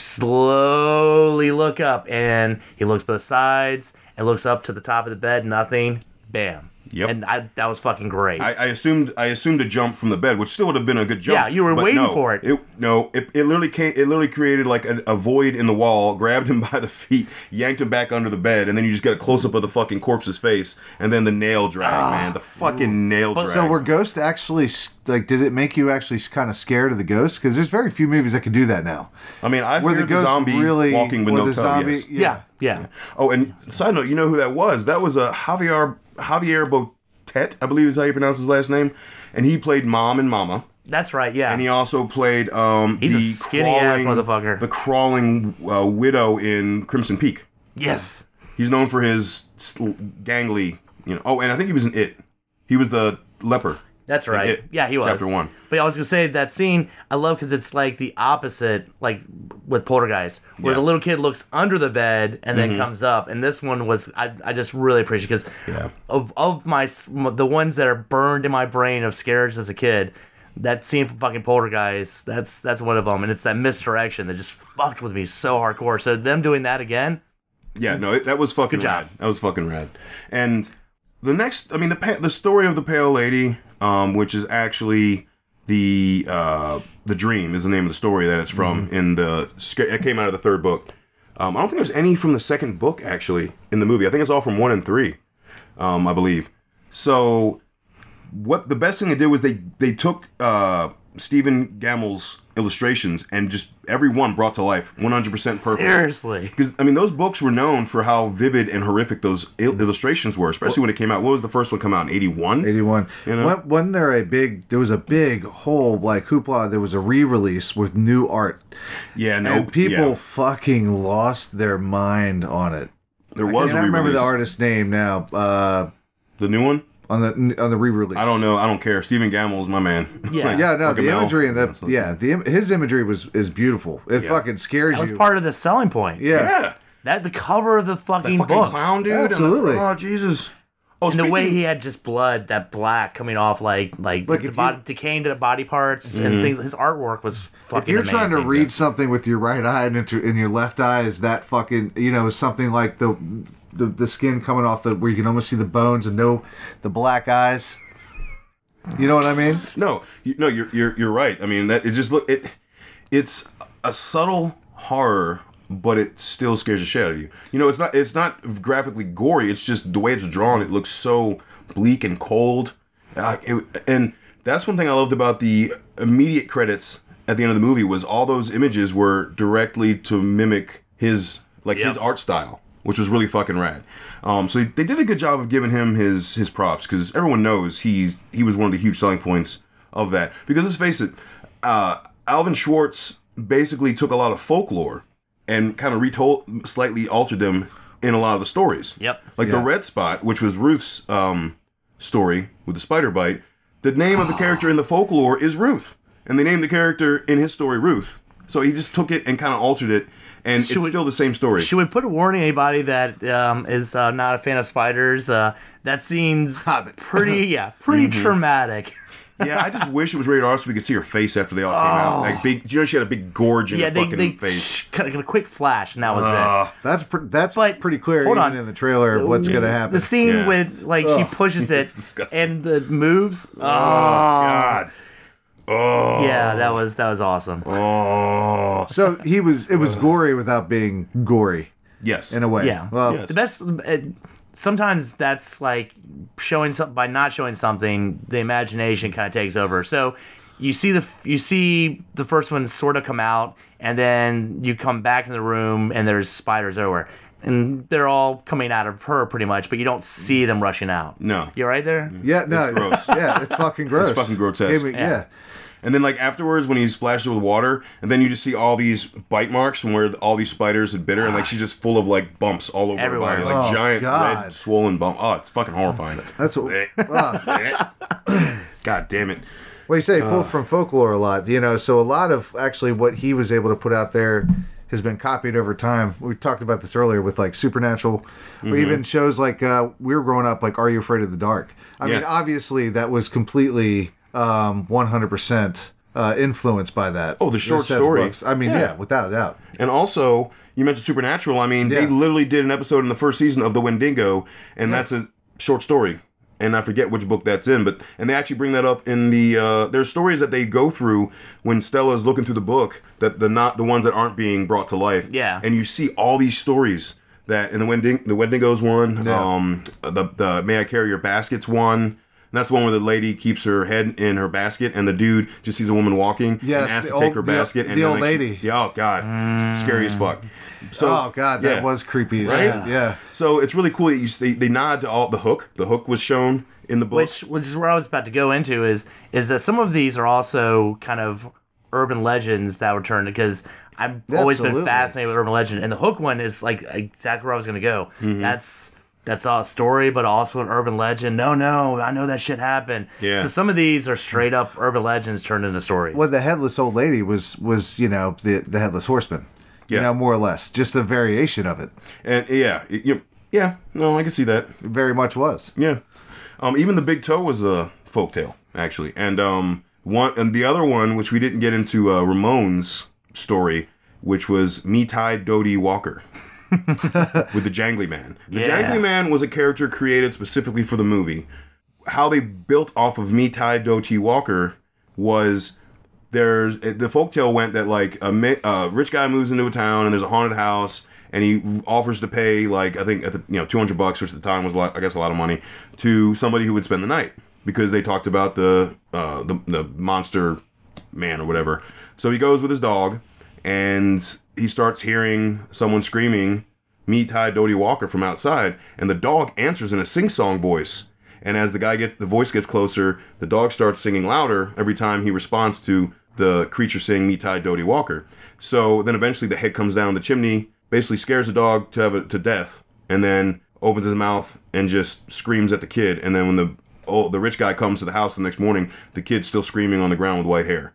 Speaker 2: slowly look up, and he looks both sides, and looks up to the top of the bed. Nothing, bam.
Speaker 1: Yep.
Speaker 2: And I, that was fucking great.
Speaker 1: I, I assumed I assumed a jump from the bed, which still would have been a good jump.
Speaker 2: Yeah, you were
Speaker 1: but
Speaker 2: waiting
Speaker 1: no,
Speaker 2: for it.
Speaker 1: No, it, it literally came, it literally created like a, a void in the wall, grabbed him by the feet, yanked him back under the bed, and then you just got a close up of the fucking corpse's face, and then the nail drag,
Speaker 2: Ah,
Speaker 1: man, the fucking nail drag.
Speaker 3: So were Ghost actually s- like? Did it make you actually kind of scared of the ghost? Because there's very few movies that can do that now.
Speaker 1: I mean, I
Speaker 3: Where
Speaker 1: feared the,
Speaker 3: the ghost
Speaker 1: zombie
Speaker 3: really
Speaker 1: walking with
Speaker 3: where
Speaker 1: no
Speaker 3: the
Speaker 1: toe.
Speaker 3: zombie,
Speaker 1: yes.
Speaker 2: Yeah, yeah.
Speaker 1: Oh, and side note, you know who that was? That was uh, Javier Javier Botet, I believe is how you pronounce his last name, and he played Mom and Mama.
Speaker 2: That's right, yeah.
Speaker 1: And he also played um,
Speaker 2: He's a
Speaker 1: the
Speaker 2: skinny-ass
Speaker 1: crawling-
Speaker 2: motherfucker.
Speaker 1: the crawling uh, widow in Crimson Peak.
Speaker 2: yes.
Speaker 1: He's known for his sl- gangly, you know. Oh, and I think he was in It. He was the leper.
Speaker 2: That's right.
Speaker 1: It,
Speaker 2: yeah, he was.
Speaker 1: chapter one.
Speaker 2: But I was going to say that scene, I love because it's like the opposite, like with Poltergeist, where
Speaker 1: Yeah. Mm-hmm.
Speaker 2: the little kid looks under the bed and then comes up. And this one was, I, I just really appreciate because
Speaker 1: Yeah.
Speaker 2: of, of my, s- m- the ones that are burned in my brain of scares as a kid, that scene from fucking Poltergeist, that's that's one of them. And it's that misdirection that just fucked with me so hardcore. So them doing that again,
Speaker 1: Yeah, no, it, that was fucking
Speaker 2: Good job.
Speaker 1: rad. That was fucking rad. And the next, I mean, the pa- the story of the pale lady, um, which is actually the uh, the dream is the name of the story that it's from
Speaker 2: Mm-hmm.
Speaker 1: in the sca- it came out of the third book. Um, I don't think there's any from the second book actually in the movie. I think it's all from one and three, um, I believe. So what the best thing they did was they they took uh, Stephen Gamble's illustrations and just every one brought to life 100% perfect.
Speaker 2: seriously.
Speaker 1: Because I mean, those books were known for how vivid and horrific those il-
Speaker 3: Mm-hmm.
Speaker 1: illustrations were, especially when it came out. What was the first one come out in '81?
Speaker 3: 81.
Speaker 1: You know?
Speaker 3: Wasn't- wasn't there a big, there was a big whole like hoopla, there was a re release with new art.
Speaker 1: Yeah, no,
Speaker 3: And people
Speaker 1: Oh, yeah.
Speaker 3: fucking lost their mind on it.
Speaker 1: there
Speaker 3: I
Speaker 1: was.
Speaker 3: can't- I
Speaker 1: a
Speaker 3: remember the
Speaker 1: re-release.
Speaker 3: artist's name now uh,
Speaker 1: The new one?
Speaker 3: on the on the re release.
Speaker 1: I don't know. I don't care. Stephen Gamble is my man.
Speaker 2: Yeah.
Speaker 1: Like,
Speaker 3: Yeah, no,
Speaker 1: fucking
Speaker 3: the
Speaker 1: hell.
Speaker 3: imagery and
Speaker 1: That's
Speaker 3: the
Speaker 1: a-
Speaker 3: yeah, the im- his imagery was is beautiful. It fucking scares
Speaker 2: That was
Speaker 3: you.
Speaker 2: part of the selling point.
Speaker 3: yeah.
Speaker 1: yeah.
Speaker 2: That the cover of the fucking,
Speaker 1: Fucking
Speaker 2: books.
Speaker 1: clown dude. and the-
Speaker 3: Absolutely.
Speaker 1: oh Jesus. Oh,
Speaker 2: And the way
Speaker 1: speaking-
Speaker 2: he had just blood, that black coming off, like like
Speaker 3: Look,
Speaker 2: the
Speaker 3: if
Speaker 2: body,
Speaker 3: you-
Speaker 2: decaying to the body parts
Speaker 3: Mm-hmm.
Speaker 2: and things. His artwork was fucking.
Speaker 3: If you're trying to
Speaker 2: amazing.
Speaker 3: read something with your right eye and into, in your left eye is that fucking you know something like the, the the skin coming off the where you can almost see the bones and no the black eyes. You know what I mean?
Speaker 1: No, you, no, you're you're you're right. I mean, that it just look it. It's a subtle horror, but it still scares the shit out of you. You know, it's not it's not graphically gory. It's just the way it's drawn. It looks so bleak and cold. Uh, it, and that's one thing I loved about the immediate credits at the end of the movie was all those images were directly to mimic his like his art style, which was really fucking rad. Um, so they did a good job of giving him his his props because everyone knows he he was one of the huge selling points of that. Because let's face it, uh, Alvin Schwartz basically took a lot of folklore and kind of retold, slightly altered them in a lot of the stories.
Speaker 2: Yep.
Speaker 1: Like the
Speaker 3: Yeah.
Speaker 1: Red Spot, which was Ruth's um, story with the spider bite. The name of the character in the folklore is Ruth, and they named the character in his story Ruth. So he just took it and kind of altered it, and it's
Speaker 2: we-
Speaker 1: still the same story.
Speaker 2: Should we put a warning anybody that um, is uh, not a fan of spiders? Uh, that scene's
Speaker 3: Hobbit.
Speaker 2: pretty, yeah, pretty
Speaker 3: Mm-hmm.
Speaker 2: traumatic.
Speaker 1: yeah, I just wish it was rated R so we could see her face after they all came out. Like big, you know, she had a big gorge in
Speaker 2: Oh. yeah,
Speaker 1: her
Speaker 2: they
Speaker 1: fucking
Speaker 2: they
Speaker 1: face.
Speaker 2: cut a quick flash and that was it.
Speaker 1: Ugh.
Speaker 3: That's pre- that's
Speaker 2: But-
Speaker 3: pretty clear
Speaker 2: hold
Speaker 3: even
Speaker 2: on.
Speaker 3: in the trailer of what's gonna happen.
Speaker 2: The scene
Speaker 1: Yeah.
Speaker 2: with like she pushes it
Speaker 1: disgusting.
Speaker 2: and the moves. Oh,
Speaker 1: God. Oh.
Speaker 2: yeah, that was that was awesome.
Speaker 1: Oh.
Speaker 3: so he was it was gory without being gory
Speaker 1: Yes.
Speaker 3: in a way.
Speaker 2: Yeah.
Speaker 3: Well,
Speaker 1: Yes.
Speaker 2: The best. It, sometimes that's like showing something by not showing something. The imagination kind of takes over. So you see the you see the first one sort of come out, and then you come back in the room, and there's spiders everywhere. and they're all coming out of her pretty much, but you don't see them rushing out.
Speaker 1: No.
Speaker 2: You right there?
Speaker 3: Yeah, no,
Speaker 1: It's gross.
Speaker 3: Yeah, it's fucking gross.
Speaker 1: fucking grotesque.
Speaker 3: Hey, but- yeah.
Speaker 1: And then, like afterwards, when he splashes with water, and then you just see all these bite marks from where all these spiders had bit her, and like she's just full of like bumps all over
Speaker 2: Everywhere.
Speaker 1: her body, like
Speaker 3: Oh,
Speaker 1: giant
Speaker 3: God.
Speaker 1: red swollen bump. Oh, it's fucking horrifying.
Speaker 3: that's
Speaker 1: Eh.
Speaker 3: what. wow.
Speaker 1: God damn it.
Speaker 3: Well, you say he
Speaker 1: Uh.
Speaker 3: pulled from folklore a lot, you know. So a lot of actually what he was able to put out there has been copied over time. We talked about this earlier with like Supernatural,
Speaker 1: Mm-hmm.
Speaker 3: or even shows like uh, we were growing up, like Are You Afraid of the Dark? I mean,
Speaker 1: Yeah.
Speaker 3: obviously that was completely um, 100% uh, influenced by that.
Speaker 1: Oh, the short
Speaker 3: Seth's
Speaker 1: story.
Speaker 3: books. I mean, yeah. without a doubt.
Speaker 1: And also, you mentioned Supernatural. I mean, they
Speaker 3: Yeah.
Speaker 1: literally did an episode in the first season of The Wendigo, and that's a short story. And I forget which book that's in, but and they actually bring that up in the uh, there's stories that they go through when Stella's looking through the book that the not the ones that aren't being brought to life.
Speaker 2: Yeah.
Speaker 1: and you see all these stories that in the Wending the Wendigos one,
Speaker 3: Yeah.
Speaker 1: um, the the May I Carry Your Baskets one. And that's the one where the lady keeps her head in her basket, and the dude just sees a woman walking
Speaker 3: Yes,
Speaker 1: and asks
Speaker 3: the
Speaker 1: to take
Speaker 3: old-
Speaker 1: her
Speaker 3: the-
Speaker 1: basket. and
Speaker 3: the
Speaker 1: then,
Speaker 3: old
Speaker 1: like, she-
Speaker 3: lady.
Speaker 1: yeah, oh god, It's scary as fuck. So,
Speaker 3: oh God, that
Speaker 1: yeah.
Speaker 3: was creepy. as
Speaker 1: Right?
Speaker 3: shit. Yeah.
Speaker 1: So it's really cool. that You, they, they nod to all the hook. The hook was shown in the book.
Speaker 2: Which which is where I was about to go into is is that some of these are also kind of urban legends that were turned because I've always been
Speaker 3: Absolutely.
Speaker 2: fascinated with urban legend and the hook one is like exactly where I was gonna go.
Speaker 1: Mm-hmm.
Speaker 2: That's that's all a story, but also an urban legend. No, no, I know that shit happened.
Speaker 1: Yeah.
Speaker 2: So some of these are straight up urban legends turned into stories.
Speaker 3: Well, the headless old lady was was you know the the headless horseman.
Speaker 1: Yeah.
Speaker 3: You know, more or less, just a variation of it.
Speaker 1: and yeah, it- you- yeah, no, I can see that.
Speaker 3: It very much was.
Speaker 1: Yeah, um, even the big toe was a folktale actually, and um, one and the other one which we didn't get into uh, Ramon's story, which was Me Tai Dodie Walker. with the Jangly Man. The
Speaker 2: Yeah.
Speaker 1: Jangly Man was a character created specifically for the movie. How they built off of Me Tai Do T Walker was there's the folktale went that like a ma- uh, rich guy moves into a town and there's a haunted house and he offers to pay like I think at the, you know 200 bucks which at the time was a lot, I guess a lot of money to somebody who would spend the night because they talked about the uh, the, the monster man or whatever. So he goes with his dog and he starts hearing someone screaming me Ty Dodie Walker from outside, and the dog answers in a sing-song voice. And as the guy gets the voice gets closer, the dog starts singing louder every time he responds to the creature saying Me Ty Dodie Walker. So then eventually the head comes down the chimney, basically scares the dog to have it to death, and then opens his mouth and just screams at the kid. And then when the oh, the rich guy comes to the house the next morning, the kid's still screaming on the ground with white hair.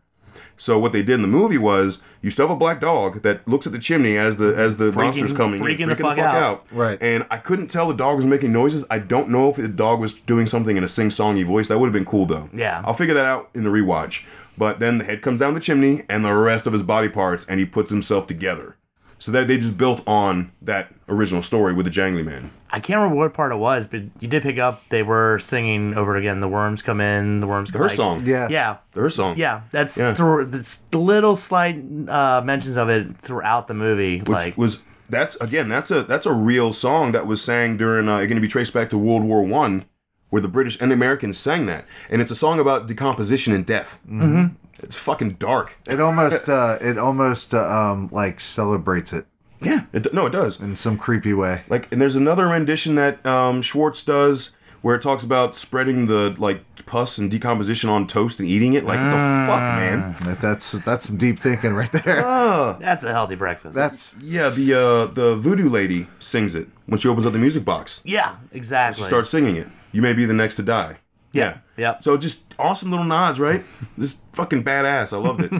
Speaker 1: So what they did in the movie was you still have a black dog that looks at the chimney as the as the monster's coming
Speaker 2: freaking
Speaker 1: in,
Speaker 2: the fuck out.
Speaker 3: Right.
Speaker 1: And I couldn't tell the dog was making noises. I don't know if the dog was doing something in a sing-songy voice. That would have been cool though.
Speaker 2: Yeah.
Speaker 1: I'll figure that out in the rewatch. But then the head comes down the chimney and the rest of his body parts, and he puts himself together. So that they just built on that original story with the jangly man.
Speaker 2: I can't remember what part it was, but you did pick up they were singing over it again. The worms come in, the worms come
Speaker 1: Her
Speaker 2: like-
Speaker 1: song.
Speaker 3: Yeah.
Speaker 2: Yeah.
Speaker 1: Her song.
Speaker 2: Yeah, that's
Speaker 1: Yeah.
Speaker 2: Through, that's the little slight uh, mentions of it throughout the movie.
Speaker 1: which
Speaker 2: like,
Speaker 1: was that's again that's a that's a real song that was sang during uh, it can be traced back to World War One, where the British and Americans sang that, and it's a song about decomposition and death. Mm-hmm. It's fucking dark.
Speaker 3: It almost uh, it almost uh, um, like celebrates it
Speaker 1: Yeah, it, no, it does.
Speaker 3: in some creepy way.
Speaker 1: Like, and there's another rendition that um, Schwartz does where it talks about spreading the like pus and decomposition on toast and eating it. Like, what the fuck, man.
Speaker 3: Like, That's that's some deep thinking right there.
Speaker 2: that's a healthy breakfast.
Speaker 3: That's
Speaker 1: Yeah, the uh, the voodoo lady sings it when she opens up the music box.
Speaker 2: yeah, exactly.
Speaker 1: Start singing it. You may be the next to die.
Speaker 2: yeah, yeah.
Speaker 1: So just awesome little nods, right? Just fucking badass. I loved it.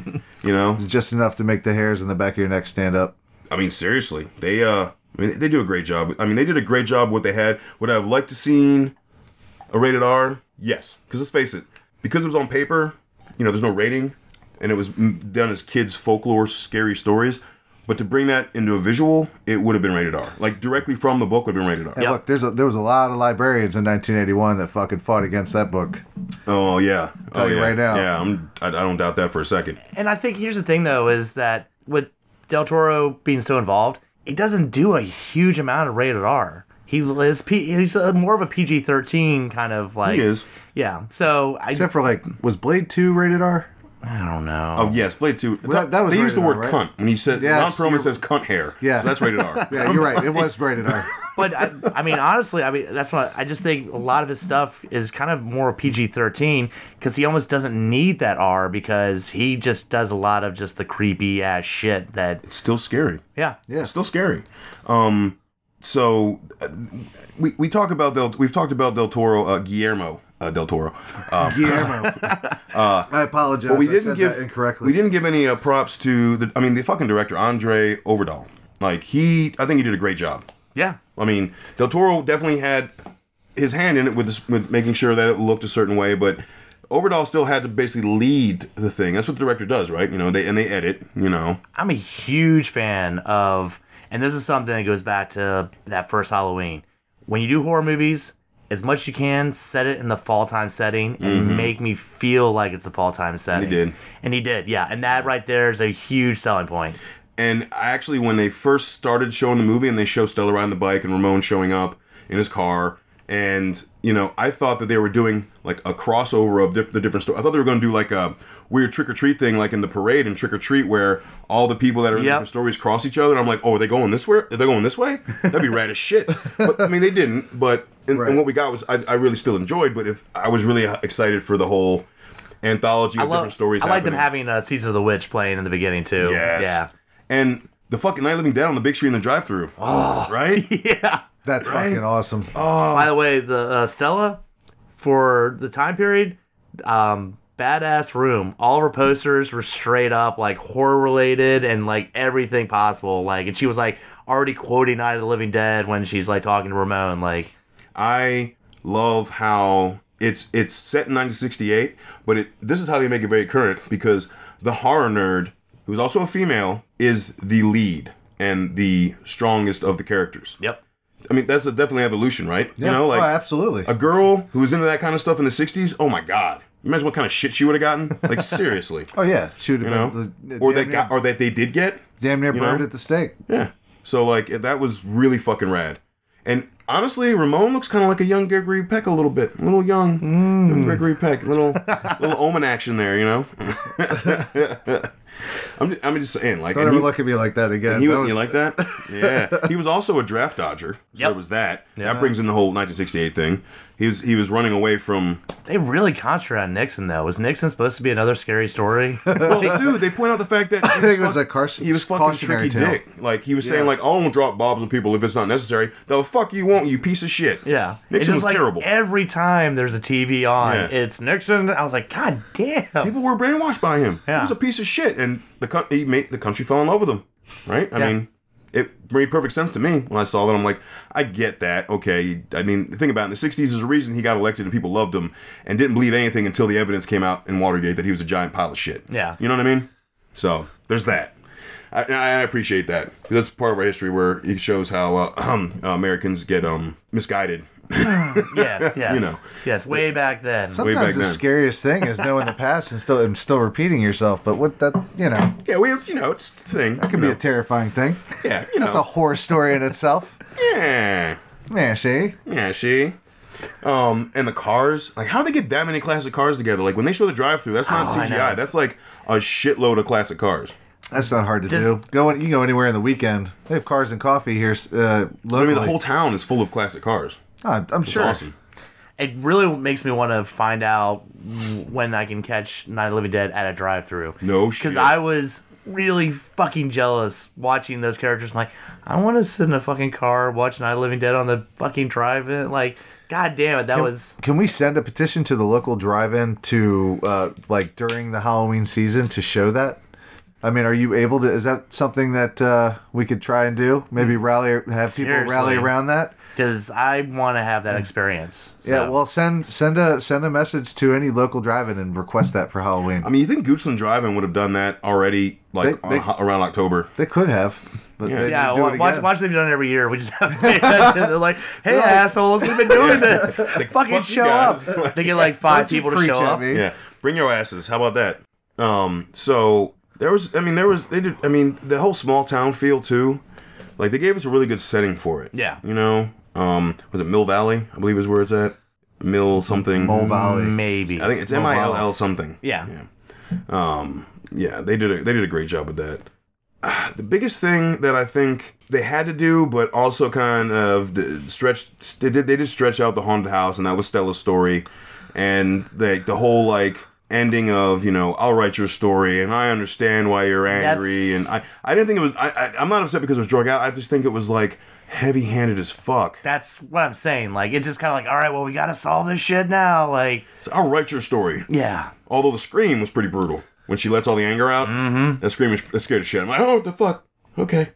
Speaker 1: you know,
Speaker 3: just enough to make the hairs in the back of your neck stand up.
Speaker 1: I mean, seriously, they uh, I mean, they do a great job. I mean, they did a great job with what they had. Would I have liked to seen a rated R? Yes, because let's face it, because it was on paper, you know, there's no rating, and it was mm, done as kids' folklore, scary stories. But to bring that into a visual, it would have been rated R. Like directly from the book would have been rated R.
Speaker 3: And
Speaker 2: Yep.
Speaker 3: look, there's a, there was a lot of librarians in 1981 that fucking fought against that book.
Speaker 1: Oh yeah. oh,
Speaker 3: you
Speaker 1: yeah.
Speaker 3: right now.
Speaker 1: Yeah, I'm. I, I don't doubt that for a second.
Speaker 2: And I think here's the thing though is that with Del Toro being so involved, it doesn't do a huge amount of rated R. He is P, he's a, more of a PG-13 kind of like.
Speaker 1: He is.
Speaker 2: Yeah. So I
Speaker 3: Except for like, was Blade Two rated R?
Speaker 2: I don't know.
Speaker 1: Oh yes, Blade Two.
Speaker 3: Well, that- that was
Speaker 1: they used the
Speaker 3: rated
Speaker 1: word
Speaker 3: R, right?
Speaker 1: cunt when he said
Speaker 3: Yeah,
Speaker 1: Ron Perlman
Speaker 3: you're-
Speaker 1: says cunt hair.
Speaker 3: Yeah.
Speaker 1: so that's rated R.
Speaker 3: Yeah, you're right. It was rated R.
Speaker 2: but I, I mean, honestly, I mean, that's what I just think. A lot of his stuff is kind of more PG thirteen because he almost doesn't need that R because he just does a lot of just the creepy ass shit that.
Speaker 1: It's still scary.
Speaker 2: Yeah,
Speaker 3: Yeah.
Speaker 1: It's still scary. Um, so uh, we we talk about Del. We've talked about Del Toro, uh, Guillermo uh, Del Toro. Um,
Speaker 3: Guillermo. I apologize.
Speaker 1: But Uh, we
Speaker 3: I
Speaker 1: didn't
Speaker 3: said
Speaker 1: give
Speaker 3: that incorrectly.
Speaker 1: We didn't give any uh, props to the. I mean, the fucking director Andre Overdahl. Like he, I think he did a great job.
Speaker 2: yeah,
Speaker 1: I mean, Del Toro definitely had his hand in it with this, with making sure that it looked a certain way, but Overdahl still had to basically lead the thing. That's what the director does, right? You know, they and they edit. You know,
Speaker 2: I'm a huge fan of, and this is something that goes back to that first Halloween. When you do horror movies, as much as you can, set it in the fall time setting and make me feel like it's the fall time setting.
Speaker 1: did.
Speaker 2: And he did, yeah. And that right there is a huge selling point.
Speaker 1: And I actually, when they first started showing the movie and they show Stella riding the bike and Ramon showing up in his car, and, you know, I thought that they were doing like a crossover of diff- the different stories. I thought they were going to do like a weird trick or treat thing, like in the parade and trick or treat, where all the people that are in the
Speaker 2: Yep.
Speaker 1: different stories cross each other. And I'm like, oh, are they going this way? Are they going this way? That'd be rad as shit. But I mean, they didn't. But and,
Speaker 3: Right.
Speaker 1: and what we got was I, I really still enjoyed. But if I was really excited for the whole anthology of
Speaker 2: I love-
Speaker 1: different stories.
Speaker 2: I like them
Speaker 1: happening.
Speaker 2: having uh, Season of the Witch playing in the beginning too.
Speaker 1: Yes.
Speaker 2: Yeah.
Speaker 1: And the fucking Night Living Dead on the big screen in the drive through. Oh. Right?
Speaker 2: Yeah.
Speaker 3: That's fucking awesome.
Speaker 2: By the way, the uh, Stella for the time period, um, badass room. All of her posters were straight up like horror related and like everything possible. Like, and she was like already quoting Night of the Living Dead when she's like talking to Ramon. Like,
Speaker 1: I love how it's it's set in 1968, but it this is how they make it very current because the horror nerd, who's also a female, is the lead and the strongest of the characters.
Speaker 2: yep.
Speaker 1: I mean, that's a definitely evolution, right?
Speaker 3: Yeah.
Speaker 1: You know, like
Speaker 3: oh, absolutely.
Speaker 1: a girl who was into that kind of stuff in the 60s, oh my god. Imagine what kind of shit she would have gotten. Like seriously.
Speaker 3: oh yeah, shoot.
Speaker 1: You know? Or they got or that they did get.
Speaker 3: damn near
Speaker 1: you know?
Speaker 3: burned at the stake.
Speaker 1: Yeah. So like it- that was really fucking rad. And honestly, Ramon looks kind of like a young Gregory Peck a little bit, a little young,
Speaker 3: Mm.
Speaker 1: young Gregory Peck, little little omen action there, you know. I'm just, I'm just saying, like,
Speaker 3: Don't
Speaker 1: and
Speaker 3: ever
Speaker 1: he,
Speaker 3: look at me like that again.
Speaker 1: and he
Speaker 3: That
Speaker 1: was-
Speaker 3: was-
Speaker 1: you like that? Yeah, he was also a draft dodger. So
Speaker 2: Yep.
Speaker 1: there was that. That brings in the whole 1968 thing. He was he was running away from.
Speaker 2: They really concentrated on Nixon though. Was Nixon supposed to be another scary story?
Speaker 1: Well, dude, they point out the fact that I
Speaker 3: think it was a car-
Speaker 1: he was fucking
Speaker 3: cautionary
Speaker 1: tricky
Speaker 3: tale.
Speaker 1: dick. Like he was saying,
Speaker 3: Yeah.
Speaker 1: like, I don't drop bobs on people if it's not necessary. No, fuck you won't, you piece of shit.
Speaker 2: yeah. it's
Speaker 1: Nixon was
Speaker 2: just like
Speaker 1: terrible.
Speaker 2: every time there's a TV on,
Speaker 1: Yeah.
Speaker 2: it's Nixon. I was like, God damn.
Speaker 1: People were brainwashed by him. He
Speaker 2: Yeah.
Speaker 1: was a piece of shit, and the co- he made the country fell in love with him. Right? I
Speaker 2: Yeah.
Speaker 1: mean, it made perfect sense to me when I saw that. I'm like, I get that. Okay. I mean, think about it. In the '60s is a reason he got elected and people loved him and didn't believe anything until the evidence came out in Watergate that he was a giant pile of shit.
Speaker 2: Yeah.
Speaker 1: You know what I mean? So there's that. I, and I appreciate that. That's part of our history where it shows how uh, Americans get um, misguided.
Speaker 2: yes. Yes.
Speaker 1: You know.
Speaker 2: Yes. Way back then.
Speaker 1: back
Speaker 3: Sometimes the
Speaker 1: then.
Speaker 3: scariest thing is knowing the past and still and still repeating yourself. But what that you know
Speaker 1: Yeah, we you know it's a thing. That
Speaker 3: could be a terrifying thing.
Speaker 1: yeah, you know.
Speaker 3: That's a horror story in itself.
Speaker 1: yeah.
Speaker 3: Yeah, see,
Speaker 1: Yeah, she. Um, and the cars, like how they get that many classic cars together? Like when they show the drive-through, that's not
Speaker 2: Oh, I know.
Speaker 1: CGI. That's like a shitload of classic cars.
Speaker 3: that's not hard to
Speaker 2: Just-
Speaker 3: do. Go in- you go anywhere in the weekend. They have cars and coffee here. s- Uh, locally.
Speaker 1: I mean, the whole town is full of classic cars.
Speaker 3: Ah, I'm
Speaker 1: It's
Speaker 3: sure.
Speaker 1: awesome.
Speaker 2: it really makes me want to find out when I can catch Night of the Living Dead at a drive-through.
Speaker 1: No shit.
Speaker 2: because I was really fucking jealous watching those characters. I'm like, I want to sit in a fucking car watch Night of the Living Dead on the fucking drive-in. Like, god damn it, that was
Speaker 3: Can we send a petition to the local drive-in to uh, like during the Halloween season to show that? I mean, are you able to? Is that something that uh, we could try and do? Maybe rally, have people rally
Speaker 2: Mm. Seriously.
Speaker 3: around that.
Speaker 2: because I want to have that experience.
Speaker 3: Yeah,
Speaker 2: So,
Speaker 3: well, send send a send a message to any local drive-in and request that for Halloween.
Speaker 1: I mean, you think Goochland Driving would have done that already, like
Speaker 3: They- they-
Speaker 1: on- around October?
Speaker 3: they could have, but they
Speaker 2: yeah.
Speaker 3: didn't do
Speaker 2: wa-
Speaker 3: it
Speaker 2: Watch,
Speaker 3: again.
Speaker 2: watch them done every year. We just have they're like, hey assholes, we've been doing this.
Speaker 1: like,
Speaker 2: fucking
Speaker 1: fuck you
Speaker 2: show
Speaker 1: guys.
Speaker 2: up. They get like five
Speaker 3: Don't you
Speaker 2: people to
Speaker 3: preach
Speaker 2: show
Speaker 3: at
Speaker 2: up.
Speaker 3: me.
Speaker 1: Yeah, bring your asses. How about that? Um, so there was, I mean, there was, they did, I mean, the whole small town feel too. Like they gave us a really good setting for it.
Speaker 2: Yeah.
Speaker 1: you know, um, was it Mill Valley? I believe is where it's at. Mill something. Mm.
Speaker 3: Mole Valley.
Speaker 2: Maybe.
Speaker 1: I think it's M I L L something.
Speaker 2: Yeah.
Speaker 1: Yeah. Um, yeah, they did a, they did a great job with that. Ah, The biggest thing that I think they had to do, but also kind of d- stretched, they did, they did stretch out the haunted house, and that was Stella's story, and like the whole like ending of you know I'll write your story, and I understand why you're angry,
Speaker 2: That's-
Speaker 1: and I I didn't think it was I, I I'm not upset because it was drug out. I just think it was like heavy handed as fuck.
Speaker 2: That's what I'm saying. Like it's just kind of like, all right, well, we gotta solve this shit now. Like,
Speaker 1: It's, I'll write your story.
Speaker 2: yeah,
Speaker 1: Although the scream was pretty brutal when she lets all the anger out. Mm-hmm. That scream was that scared the shit. I'm like, oh what the fuck. Okay,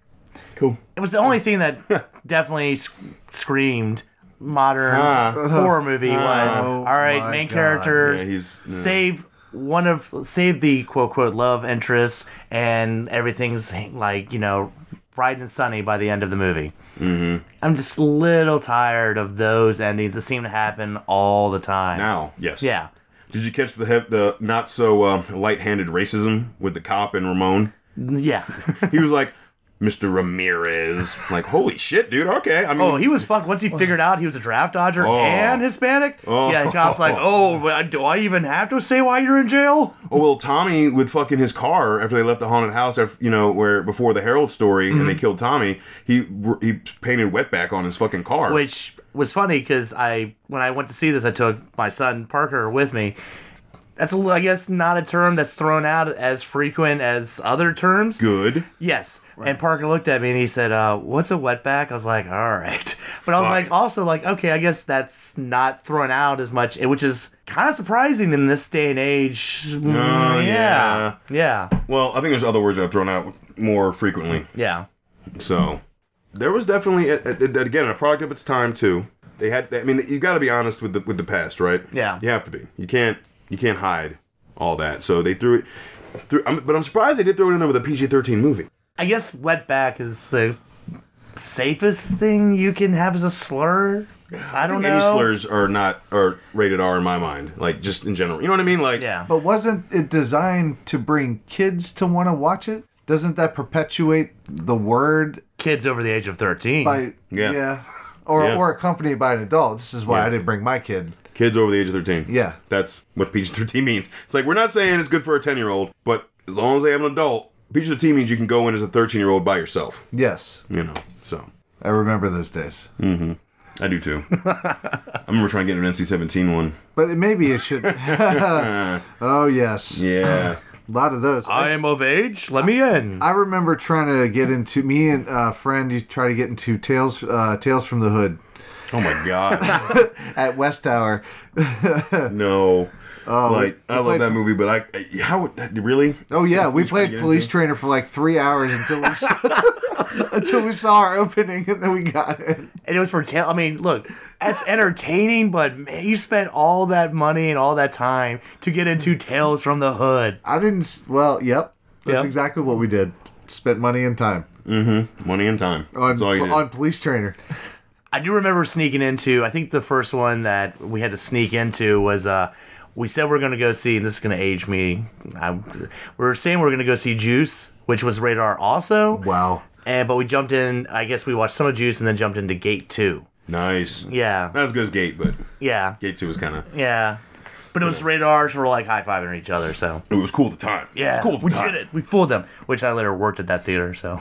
Speaker 1: cool.
Speaker 2: it was the only thing that definitely sc- screamed modern
Speaker 1: Ah.
Speaker 2: horror movie was.
Speaker 3: Oh
Speaker 2: all right,
Speaker 3: my
Speaker 2: main
Speaker 3: God.
Speaker 2: character
Speaker 1: Yeah, he's- yeah.
Speaker 2: save one of save the quote quote love interest, and everything's like you know bright and sunny by the end of the movie. Mm-hmm. I'm just a little tired of those endings that seem to happen all the time.
Speaker 1: Now, yes.
Speaker 2: Yeah.
Speaker 1: Did you catch the hev- the not so uh, light-handed racism with the cop and Ramon?
Speaker 2: Yeah.
Speaker 1: He was like, "Mr. Ramirez." I'm like, holy shit, dude. Okay. I mean,
Speaker 2: Oh, he was fucked. Once he figured out he was a draft dodger
Speaker 1: Oh.
Speaker 2: and Hispanic,
Speaker 1: Oh.
Speaker 2: yeah, the cop's like, oh, well, do I even have to say why you're in jail?
Speaker 1: Oh well, Tommy with fucking his car after they left the haunted house, after, you know, where before the Herald story and they
Speaker 2: Mm-hmm.
Speaker 1: killed Tommy, he he painted wetback on his fucking car.
Speaker 2: Which was funny because I, when I went to see this, I took my son Parker with me. That's, a li- I guess, not a term that's thrown out as frequent as other terms.
Speaker 1: good.
Speaker 2: Yes. And Parker looked at me and he said, uh, "What's a wetback?" I was like, "All right," but I was
Speaker 1: Fuck.
Speaker 2: like, also like, okay, I guess that's not thrown out as much, eh, which is kind of surprising in this day and age. Mm,
Speaker 1: yeah.
Speaker 2: yeah, yeah,
Speaker 1: Well, I think there's other words that are thrown out more frequently.
Speaker 2: yeah.
Speaker 1: So there was definitely a, a- a- again a product of its time too. They had. I mean, you got to be honest with the with the past, right?
Speaker 2: Yeah.
Speaker 1: You have to be. You can't. You can't hide all that. So they threw it. Threw, I'm, but I'm surprised they did throw it in there with a PG-13 movie.
Speaker 2: I guess wetback is the safest thing you can have as a slur. I don't
Speaker 1: Any
Speaker 2: know.
Speaker 1: slurs are not are rated R in my mind. Like just in general. You know what I mean? Like
Speaker 2: Yeah.
Speaker 3: But wasn't it designed to bring kids to want to watch it? Doesn't that perpetuate the word
Speaker 2: Kids over the age of thirteen.
Speaker 3: by
Speaker 1: Yeah.
Speaker 3: yeah, or
Speaker 1: Yeah.
Speaker 3: or accompanied by an adult? This is why
Speaker 1: Yeah.
Speaker 3: I didn't bring my kid.
Speaker 1: Kids over the age of 13.
Speaker 3: Yeah.
Speaker 1: That's what PG-13 means. It's like we're not saying it's good for a 10-year-old, but as long as they have an adult, PG-13 means you can go in as a 13-year-old by yourself.
Speaker 3: Yes,
Speaker 1: You know. So.
Speaker 3: I remember those days.
Speaker 1: I do too. I remember trying to get an NC-17 one.
Speaker 3: But it, maybe it should. oh yes,
Speaker 1: Yeah.
Speaker 3: a lot of those.
Speaker 2: I am of age. Let me in.
Speaker 3: I remember trying to get into me and a friend. You try to get into tales, uh, tales from the hood
Speaker 1: oh my god.
Speaker 3: at West Tower.
Speaker 1: No. Oh, like I love
Speaker 3: played-
Speaker 1: that movie, but I how would that, really?
Speaker 3: Oh yeah, we played
Speaker 1: get into?
Speaker 3: Police Trainer for like three hours until we saw, until we saw our opening, and then we got it.
Speaker 2: And it was for tail. I mean, look, that's entertaining, but man, you spent all that money and all that time to get into Tales from the Hood.
Speaker 3: I didn't. s- Well, yep, that's
Speaker 2: Yep.
Speaker 3: exactly what we did. Spent money and time
Speaker 1: Money and time.
Speaker 3: on,
Speaker 1: That's all you did.
Speaker 3: on Police Trainer.
Speaker 2: I do remember sneaking into. I think the first one that we had to sneak into was. uh we said we are going to go see, and this is going to age me. I, we were saying we are going to go see Juice, which was radar also.
Speaker 3: Wow.
Speaker 2: And but we jumped in. I guess we watched some of Juice and then jumped into Gate Two.
Speaker 1: nice.
Speaker 2: Yeah,
Speaker 1: Not as good as Gate, but
Speaker 2: yeah,
Speaker 1: Gate 2 was kind of
Speaker 2: yeah. But it was radar, so we're like high fiving each other. So
Speaker 1: it was cool at the time.
Speaker 2: yeah,
Speaker 1: Cool at the
Speaker 2: we
Speaker 1: time.
Speaker 2: did it. We fooled them. Which I later worked at that theater. So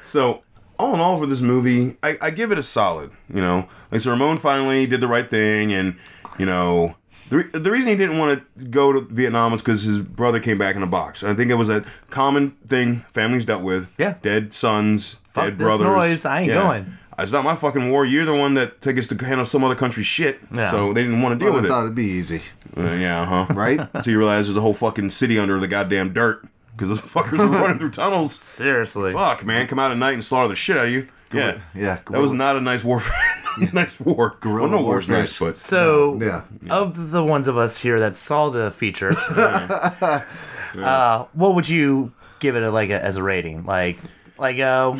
Speaker 1: So, all in all, for this movie, I, I give it a solid. You know, like so, Ramon finally did the right thing, and you know, the, re- the reason he didn't want to go to Vietnam was because his brother came back in a box. And I think it was a common thing families dealt with.
Speaker 2: Yeah.
Speaker 1: dead sons,
Speaker 2: Fuck
Speaker 1: dead
Speaker 2: this
Speaker 1: brothers.
Speaker 2: noise, I ain't going.
Speaker 1: It's not my fucking war. You're the one that took us to handle some other country's shit.
Speaker 2: Yeah.
Speaker 1: So they didn't want to
Speaker 3: I
Speaker 1: deal
Speaker 3: thought
Speaker 1: with it.
Speaker 3: it'd be easy,
Speaker 1: Uh, yeah, huh?
Speaker 3: right?
Speaker 1: So you realize there's a whole fucking city under the goddamn dirt because those fuckers were running through tunnels.
Speaker 2: seriously,
Speaker 1: Fuck, man, come out at night and slaughter the shit out of you. Yeah,
Speaker 3: yeah,
Speaker 1: That was
Speaker 3: gorilla-
Speaker 1: not a nice warfare. nice war. Guerrilla well, no war's
Speaker 3: warfare.
Speaker 1: nice, but
Speaker 2: So,
Speaker 3: Yeah.
Speaker 2: of the ones of us here that saw the feature, Uh, what would you give it a, like a, as a rating? Like, like uh,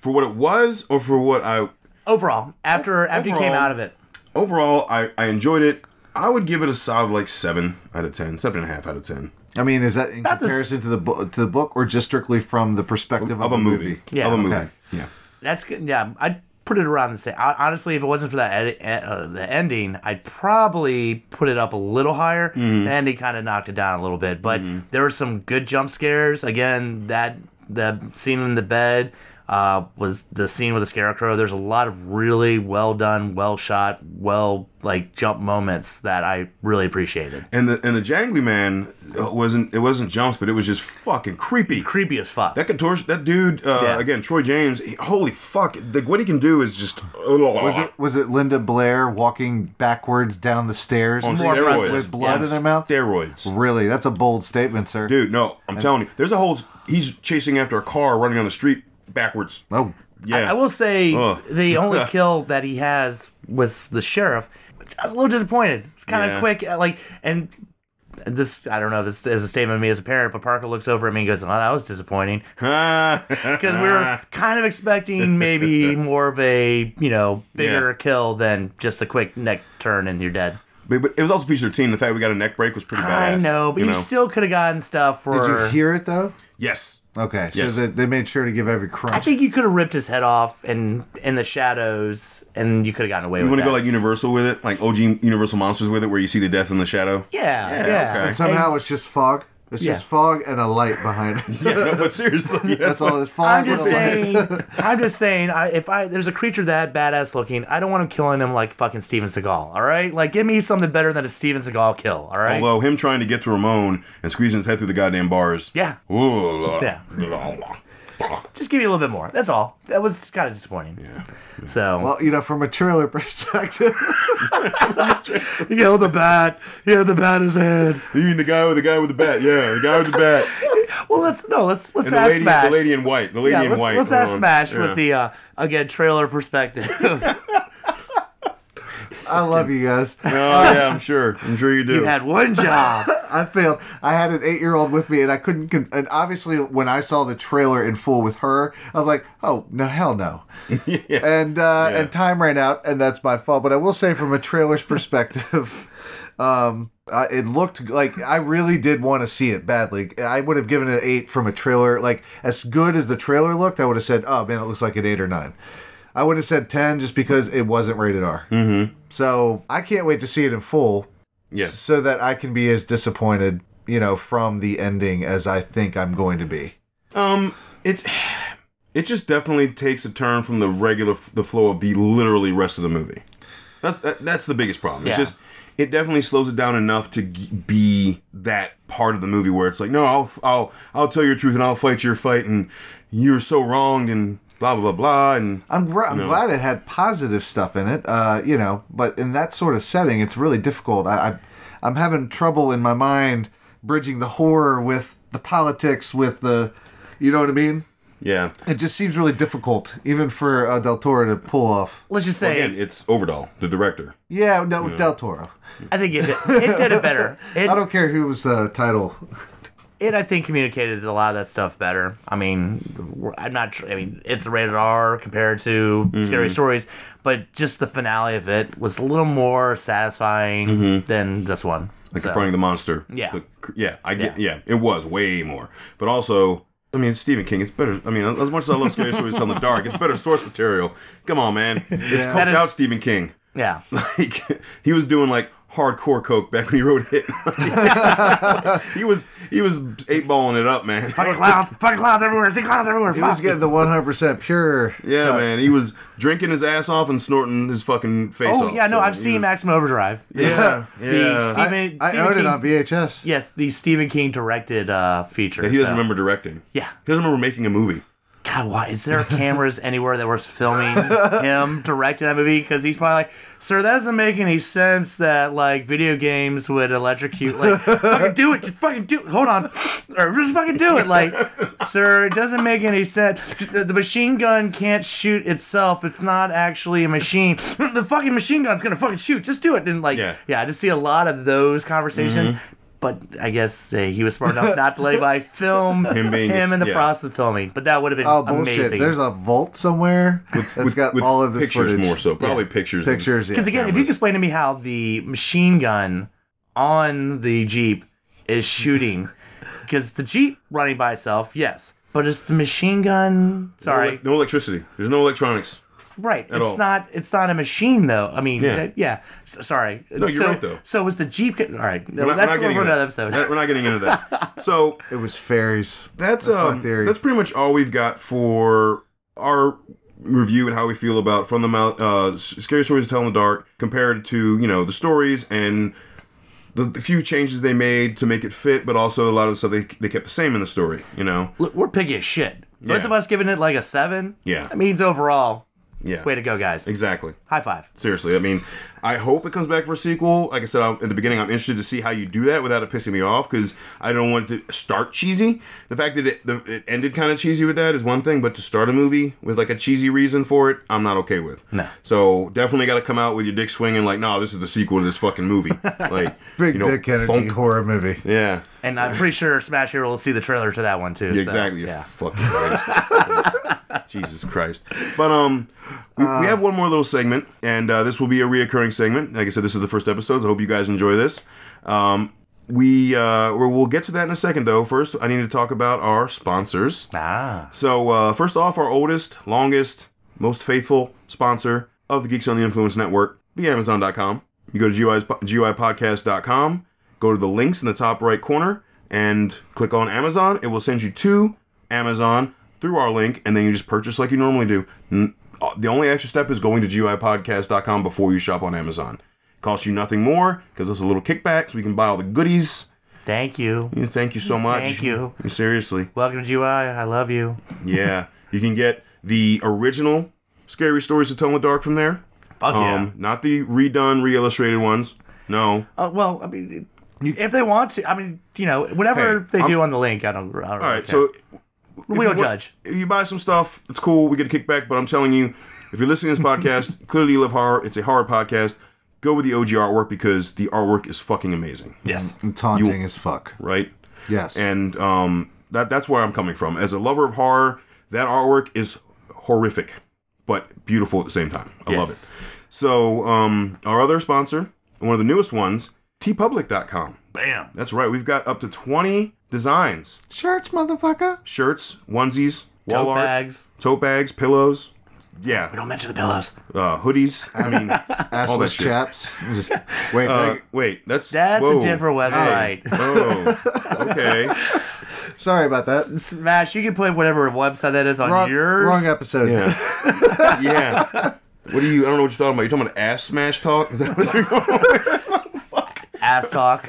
Speaker 1: for what it was, or for what I
Speaker 2: overall, after after you came
Speaker 1: Overall-
Speaker 2: out of it,
Speaker 1: overall, I I enjoyed it. I would give it a solid like seven out of ten, seven and a half out of ten
Speaker 3: I mean, is that in
Speaker 2: About this-
Speaker 3: comparison to the bu- to the book, or just strictly from the perspective
Speaker 1: of a movie.
Speaker 2: Yeah,
Speaker 1: of a movie.
Speaker 3: okay.
Speaker 1: Yeah.
Speaker 2: that's good. Yeah, I put it around the same. I, honestly, if it wasn't for that edit, uh, the ending, I'd probably put it up a little higher. The ending kind of knocked it down a little bit, but there were some good jump scares. Again, that the scene in the bed uh, was the scene with the scarecrow. There's a lot of really well done, well shot, well like jump moments that I really appreciated.
Speaker 1: And the and the jangly man uh, wasn't it wasn't jumps, but it was just fucking creepy.
Speaker 2: Creepy as fuck.
Speaker 1: That contortion, that dude uh,
Speaker 2: Yeah.
Speaker 1: again, Troy James. He, holy fuck! Like what he can do is just.
Speaker 3: Was it was it Linda Blair walking backwards down the stairs
Speaker 1: on
Speaker 3: with-
Speaker 1: steroids
Speaker 3: with blood
Speaker 1: On
Speaker 3: in her mouth?
Speaker 1: Steroids.
Speaker 3: Really, that's a bold statement, sir.
Speaker 1: Dude, no, I'm telling you, there's a whole. He's chasing after a car running on the street backwards.
Speaker 3: Oh,
Speaker 1: Yeah,
Speaker 2: I, I will say
Speaker 1: Ugh.
Speaker 2: the only kill that he has was the sheriff. which I was a little disappointed. It's kind of
Speaker 1: Yeah.
Speaker 2: quick, uh, like and this. I don't know. This is a statement of me as a parent, but Parker looks over at me and goes, "Oh, that was disappointing," because we
Speaker 1: Ah.
Speaker 2: were kind of expecting maybe more of a you know bigger
Speaker 1: Yeah.
Speaker 2: kill than just a quick neck turn and you're dead.
Speaker 1: But, but it was also piece of routine. The fact we got a neck break was pretty badass.
Speaker 2: I know, but you, still could have gotten stuff for.
Speaker 3: did you hear it though?
Speaker 1: Yes.
Speaker 3: Okay, so
Speaker 1: Yes.
Speaker 3: they, they made sure to give every crunch.
Speaker 2: I think you could have ripped his head off and in the shadows, and you could have gotten away
Speaker 1: You want
Speaker 2: with it.
Speaker 1: to go like Universal with it, like OG Universal Monsters with it, where you see the death in the shadow.
Speaker 2: yeah, yeah.
Speaker 1: okay.
Speaker 3: and somehow it's just fog. It's
Speaker 2: Yeah.
Speaker 3: just fog and a light behind it.
Speaker 1: Yeah, no, but seriously, yeah.
Speaker 3: that's all it is. Fog
Speaker 2: I'm
Speaker 3: with
Speaker 2: just
Speaker 3: a light.
Speaker 2: saying. I'm just saying. I, if I there's a creature that badass looking, I don't want him killing him like fucking Steven Seagal. All right, like give me something better than a Steven Seagal kill. All right.
Speaker 1: Although him trying to get to Ramon and squeezing his head through the goddamn bars.
Speaker 2: yeah.
Speaker 1: Ooh,
Speaker 2: Yeah.
Speaker 1: yeah.
Speaker 2: Just give me a little bit more. That's all. That was kind of disappointing. Yeah. So
Speaker 3: Well, you know, from a trailer perspective,
Speaker 2: he held the bat. He had the bat in his hand.
Speaker 1: You mean the guy with the guy with the bat? Yeah, the guy with the bat.
Speaker 2: Well, let's no. Let's let's
Speaker 1: And the
Speaker 2: ask
Speaker 1: lady,
Speaker 2: Smash.
Speaker 1: the lady in white. The lady
Speaker 2: yeah.
Speaker 1: in
Speaker 2: Let's,
Speaker 1: white.
Speaker 2: let's
Speaker 1: Hold
Speaker 2: ask
Speaker 1: on.
Speaker 2: Smash
Speaker 1: Yeah.
Speaker 2: with the uh, again trailer perspective.
Speaker 3: I love you guys.
Speaker 1: Oh yeah, I'm sure. I'm sure you do.
Speaker 2: you had one job.
Speaker 3: I failed. I had an eight-year-old with me, and I couldn't. Con- and obviously, when I saw the trailer in full with her, I was like, "Oh no, hell no!" And uh, and time ran out, and that's my fault. But I will say, from a trailer's perspective, um, uh, it looked like I really did want to see it badly. I would have given it an eight from a trailer. Like as good as the trailer looked, I would have said, "Oh man, it looks like an eight or nine. I would have said ten just because it wasn't rated R. Mm-hmm. So I can't wait to see it in full
Speaker 1: yes.
Speaker 3: so that I can be as disappointed, you know, from the ending as I think I'm going to be.
Speaker 1: Um, it's it just definitely takes a turn from the regular the flow of the literally rest of the movie. That's that, that's the biggest problem. It's
Speaker 2: Yeah.
Speaker 1: just it definitely slows it down enough to g- be that part of the movie where it's like, no, I'll I'll I'll tell your truth and I'll fight your fight and you're so wronged and blah blah blah blah and
Speaker 3: I'm, gr- I'm glad it had positive stuff in it, uh, you know, but in that sort of setting, it's really difficult. I, I, I'm having trouble in my mind bridging the horror with the politics, with the, you know what I mean?
Speaker 1: yeah.
Speaker 3: It just seems really difficult, even for uh, Del Toro to pull off.
Speaker 2: Let's just say
Speaker 1: Again, it's Overdahl, the director.
Speaker 3: Yeah, no, Del Toro.
Speaker 2: I think it did, it did it better. It,
Speaker 3: I don't care who was the title.
Speaker 2: it I think communicated a lot of that stuff better. I mean, we're- I'm not. tr- I mean, it's rated R compared to
Speaker 1: Mm-hmm.
Speaker 2: Scary Stories, but just the finale of it was a little more satisfying than this one.
Speaker 1: Mm-hmm. like
Speaker 2: So,
Speaker 1: confronting the monster.
Speaker 2: Yeah.
Speaker 1: The- yeah, I get. Yeah. it was way more, but also, I mean, it's Stephen King. It's better. I mean, as much as I love scary stories on the dark, it's better source material. Come on, man, it's coked
Speaker 2: That is-
Speaker 1: out Stephen King.
Speaker 2: yeah,
Speaker 1: Like he was doing like hardcore coke back when he wrote it. he was he was eight balling it up, man.
Speaker 2: fucking clowns, fucking clowns everywhere. See clowns everywhere.
Speaker 3: He was
Speaker 2: fuck.
Speaker 3: getting the 100% pure.
Speaker 1: Yeah, man, he was drinking his ass off and snorting his fucking face off.
Speaker 2: Oh yeah, no,
Speaker 1: so
Speaker 2: I've
Speaker 1: he
Speaker 2: seen
Speaker 1: was-
Speaker 2: Maximum Overdrive.
Speaker 1: Yeah,
Speaker 2: The
Speaker 1: yeah.
Speaker 3: I,
Speaker 2: Stephen,
Speaker 3: I
Speaker 2: Stephen
Speaker 3: own
Speaker 2: King,
Speaker 3: it on VHS.
Speaker 2: Yes, the Stephen King directed uh, feature.
Speaker 1: he doesn't
Speaker 2: so-
Speaker 1: remember directing.
Speaker 2: Yeah.
Speaker 1: he doesn't remember making a movie.
Speaker 2: God, why is there cameras anywhere that was filming him directing that movie? Because he's probably like, "Sir, that doesn't make any sense. That like video games would electrocute. Like, fucking do it. Just fucking do. It. Hold on, or just fucking do it. Like, sir, it doesn't make any sense. The the machine gun can't shoot itself. It's not actually a machine. The fucking machine gun's gonna fucking shoot. Just do it. And like,
Speaker 1: Yeah. Mm-hmm.
Speaker 2: yeah, I just see a lot of those conversations. But I guess uh, he was smart enough not to let anybody film
Speaker 1: Him
Speaker 2: him,
Speaker 1: being-
Speaker 2: in the
Speaker 1: yeah.
Speaker 2: process of filming. But that would have been
Speaker 3: Oh bullshit!
Speaker 2: amazing.
Speaker 3: There's a vault somewhere that's
Speaker 1: With-
Speaker 3: got
Speaker 1: with
Speaker 3: all of this
Speaker 1: pictures
Speaker 3: footage.
Speaker 1: more so, probably pictures. than-
Speaker 3: Pictures, yeah.
Speaker 2: because again, if you
Speaker 1: cameras.
Speaker 2: can explain to me how the machine gun on the jeep is shooting, because the jeep running by itself, yes, but it's the machine gun.
Speaker 1: No
Speaker 2: Sorry,
Speaker 1: elec- No electricity. There's no electronics.
Speaker 2: Right.
Speaker 1: At
Speaker 2: it's
Speaker 1: all.
Speaker 2: not. It's not a machine, though. I mean,
Speaker 1: Yeah.
Speaker 2: yeah. yeah. S- sorry. No,
Speaker 1: you're
Speaker 2: so,
Speaker 1: right, though.
Speaker 2: So was the Jeep. All right. No,
Speaker 1: We're not- we're not
Speaker 2: that's the
Speaker 1: getting
Speaker 2: one for
Speaker 1: into that.
Speaker 2: another episode.
Speaker 1: We're not getting into that. So
Speaker 3: It was fairies.
Speaker 1: that's
Speaker 3: That's my
Speaker 1: um,
Speaker 3: theory.
Speaker 1: that's pretty much all we've got for our review and how we feel about from the mouth uh, S- scary stories to tell in the dark compared to you know the stories and the, the few changes they made to make it fit but also a lot of the stuff they, they kept the same in the story you know
Speaker 2: Look, we're piggy as shit.
Speaker 1: Yeah.
Speaker 2: Both of us giving it like a seven.
Speaker 1: Yeah.
Speaker 2: That means overall,
Speaker 1: yeah
Speaker 2: way to go, guys.
Speaker 1: exactly
Speaker 2: High five.
Speaker 1: seriously i mean i hope it comes back for a sequel like i said I'm, at the beginning i'm interested to see how you do that without it pissing me off because i don't want it to start cheesy the fact that it, the, it ended kind of cheesy with that is one thing but to start a movie with like a cheesy reason for it i'm not okay with
Speaker 2: No.
Speaker 1: so definitely got to come out with your dick swinging like no this is the sequel to this fucking movie like
Speaker 3: Big
Speaker 1: you know,
Speaker 3: Dick Energy
Speaker 1: funk.
Speaker 3: horror movie.
Speaker 1: yeah
Speaker 2: And I'm pretty sure Smash Hero will see the trailer to that one too. so,
Speaker 1: exactly. you
Speaker 2: Yeah.
Speaker 1: Fucking racist. Jesus Christ. But um, we, we have one more little segment, and uh, this will be a reoccurring segment. Like I said, this is the first episode. So I hope you guys enjoy this. Um, we uh, we're, we'll get to that in a second, though. First, I need to talk about our sponsors.
Speaker 2: Ah.
Speaker 1: So, uh, first off, our oldest, longest, most faithful sponsor of the Geeks on the Influence Network, the Amazon.com. You go to GUI's, po- GUIPodcast.com, go to the links in the top right corner, and click on Amazon. It will send you to Amazon through our link, and then you just purchase like you normally do. N- uh, The only extra step is going to GUIPodcast.com before you shop on Amazon. Costs you nothing more, gives us a little kickback so we can buy all the goodies.
Speaker 2: Thank you.
Speaker 1: Yeah, Thank you so much.
Speaker 2: Thank you.
Speaker 1: Seriously.
Speaker 2: Welcome to GY. I love you.
Speaker 1: Yeah, you can get the original Scary Stories to Tell in the Dark from there.
Speaker 2: Fuck yeah.
Speaker 1: Um, not the redone, reillustrated ones. No.
Speaker 2: Uh, well, I mean, if they want to, I mean, you know, whatever
Speaker 1: Hey,
Speaker 2: they
Speaker 1: I'm-
Speaker 2: do on the link, I don't. I don't
Speaker 1: All right. So
Speaker 2: we don't judge.
Speaker 1: if you buy some stuff, it's cool. We get a kickback. But I'm telling you, if you're listening to this podcast, clearly you love horror. It's a horror podcast. Go with the OG artwork because the artwork is fucking amazing.
Speaker 2: Yes.
Speaker 3: And taunting as fuck.
Speaker 1: Right.
Speaker 3: Yes.
Speaker 1: And um, that that's where I'm coming from. As a lover of horror, that artwork is horrific, but beautiful at the same time. I love
Speaker 2: Yes.
Speaker 1: it. So um, our other sponsor, one of the newest ones, tpublic.com.
Speaker 2: Bam.
Speaker 1: That's right. We've got up to 20 designs,
Speaker 3: shirts, motherfucker.
Speaker 1: shirts, onesies, wall
Speaker 2: Tote
Speaker 1: art,
Speaker 2: bags.
Speaker 1: tote bags, pillows. Yeah,
Speaker 2: Don't mention the pillows.
Speaker 1: uh, hoodies. I mean, All that
Speaker 3: Assless
Speaker 1: shit.
Speaker 3: chaps. Just wait.
Speaker 1: uh,
Speaker 3: like-
Speaker 1: wait, that's
Speaker 2: That's a
Speaker 1: whoa.
Speaker 2: different
Speaker 1: Hey.
Speaker 2: website.
Speaker 1: Oh, okay.
Speaker 3: sorry about that.
Speaker 2: Smash. You can put whatever website that is on
Speaker 3: Wrong,
Speaker 2: yours.
Speaker 3: wrong episode.
Speaker 1: Yeah. yeah. What do you? I don't know what you're talking about. You talking about ass smash talk? Is that what you're going?
Speaker 2: Ass talk.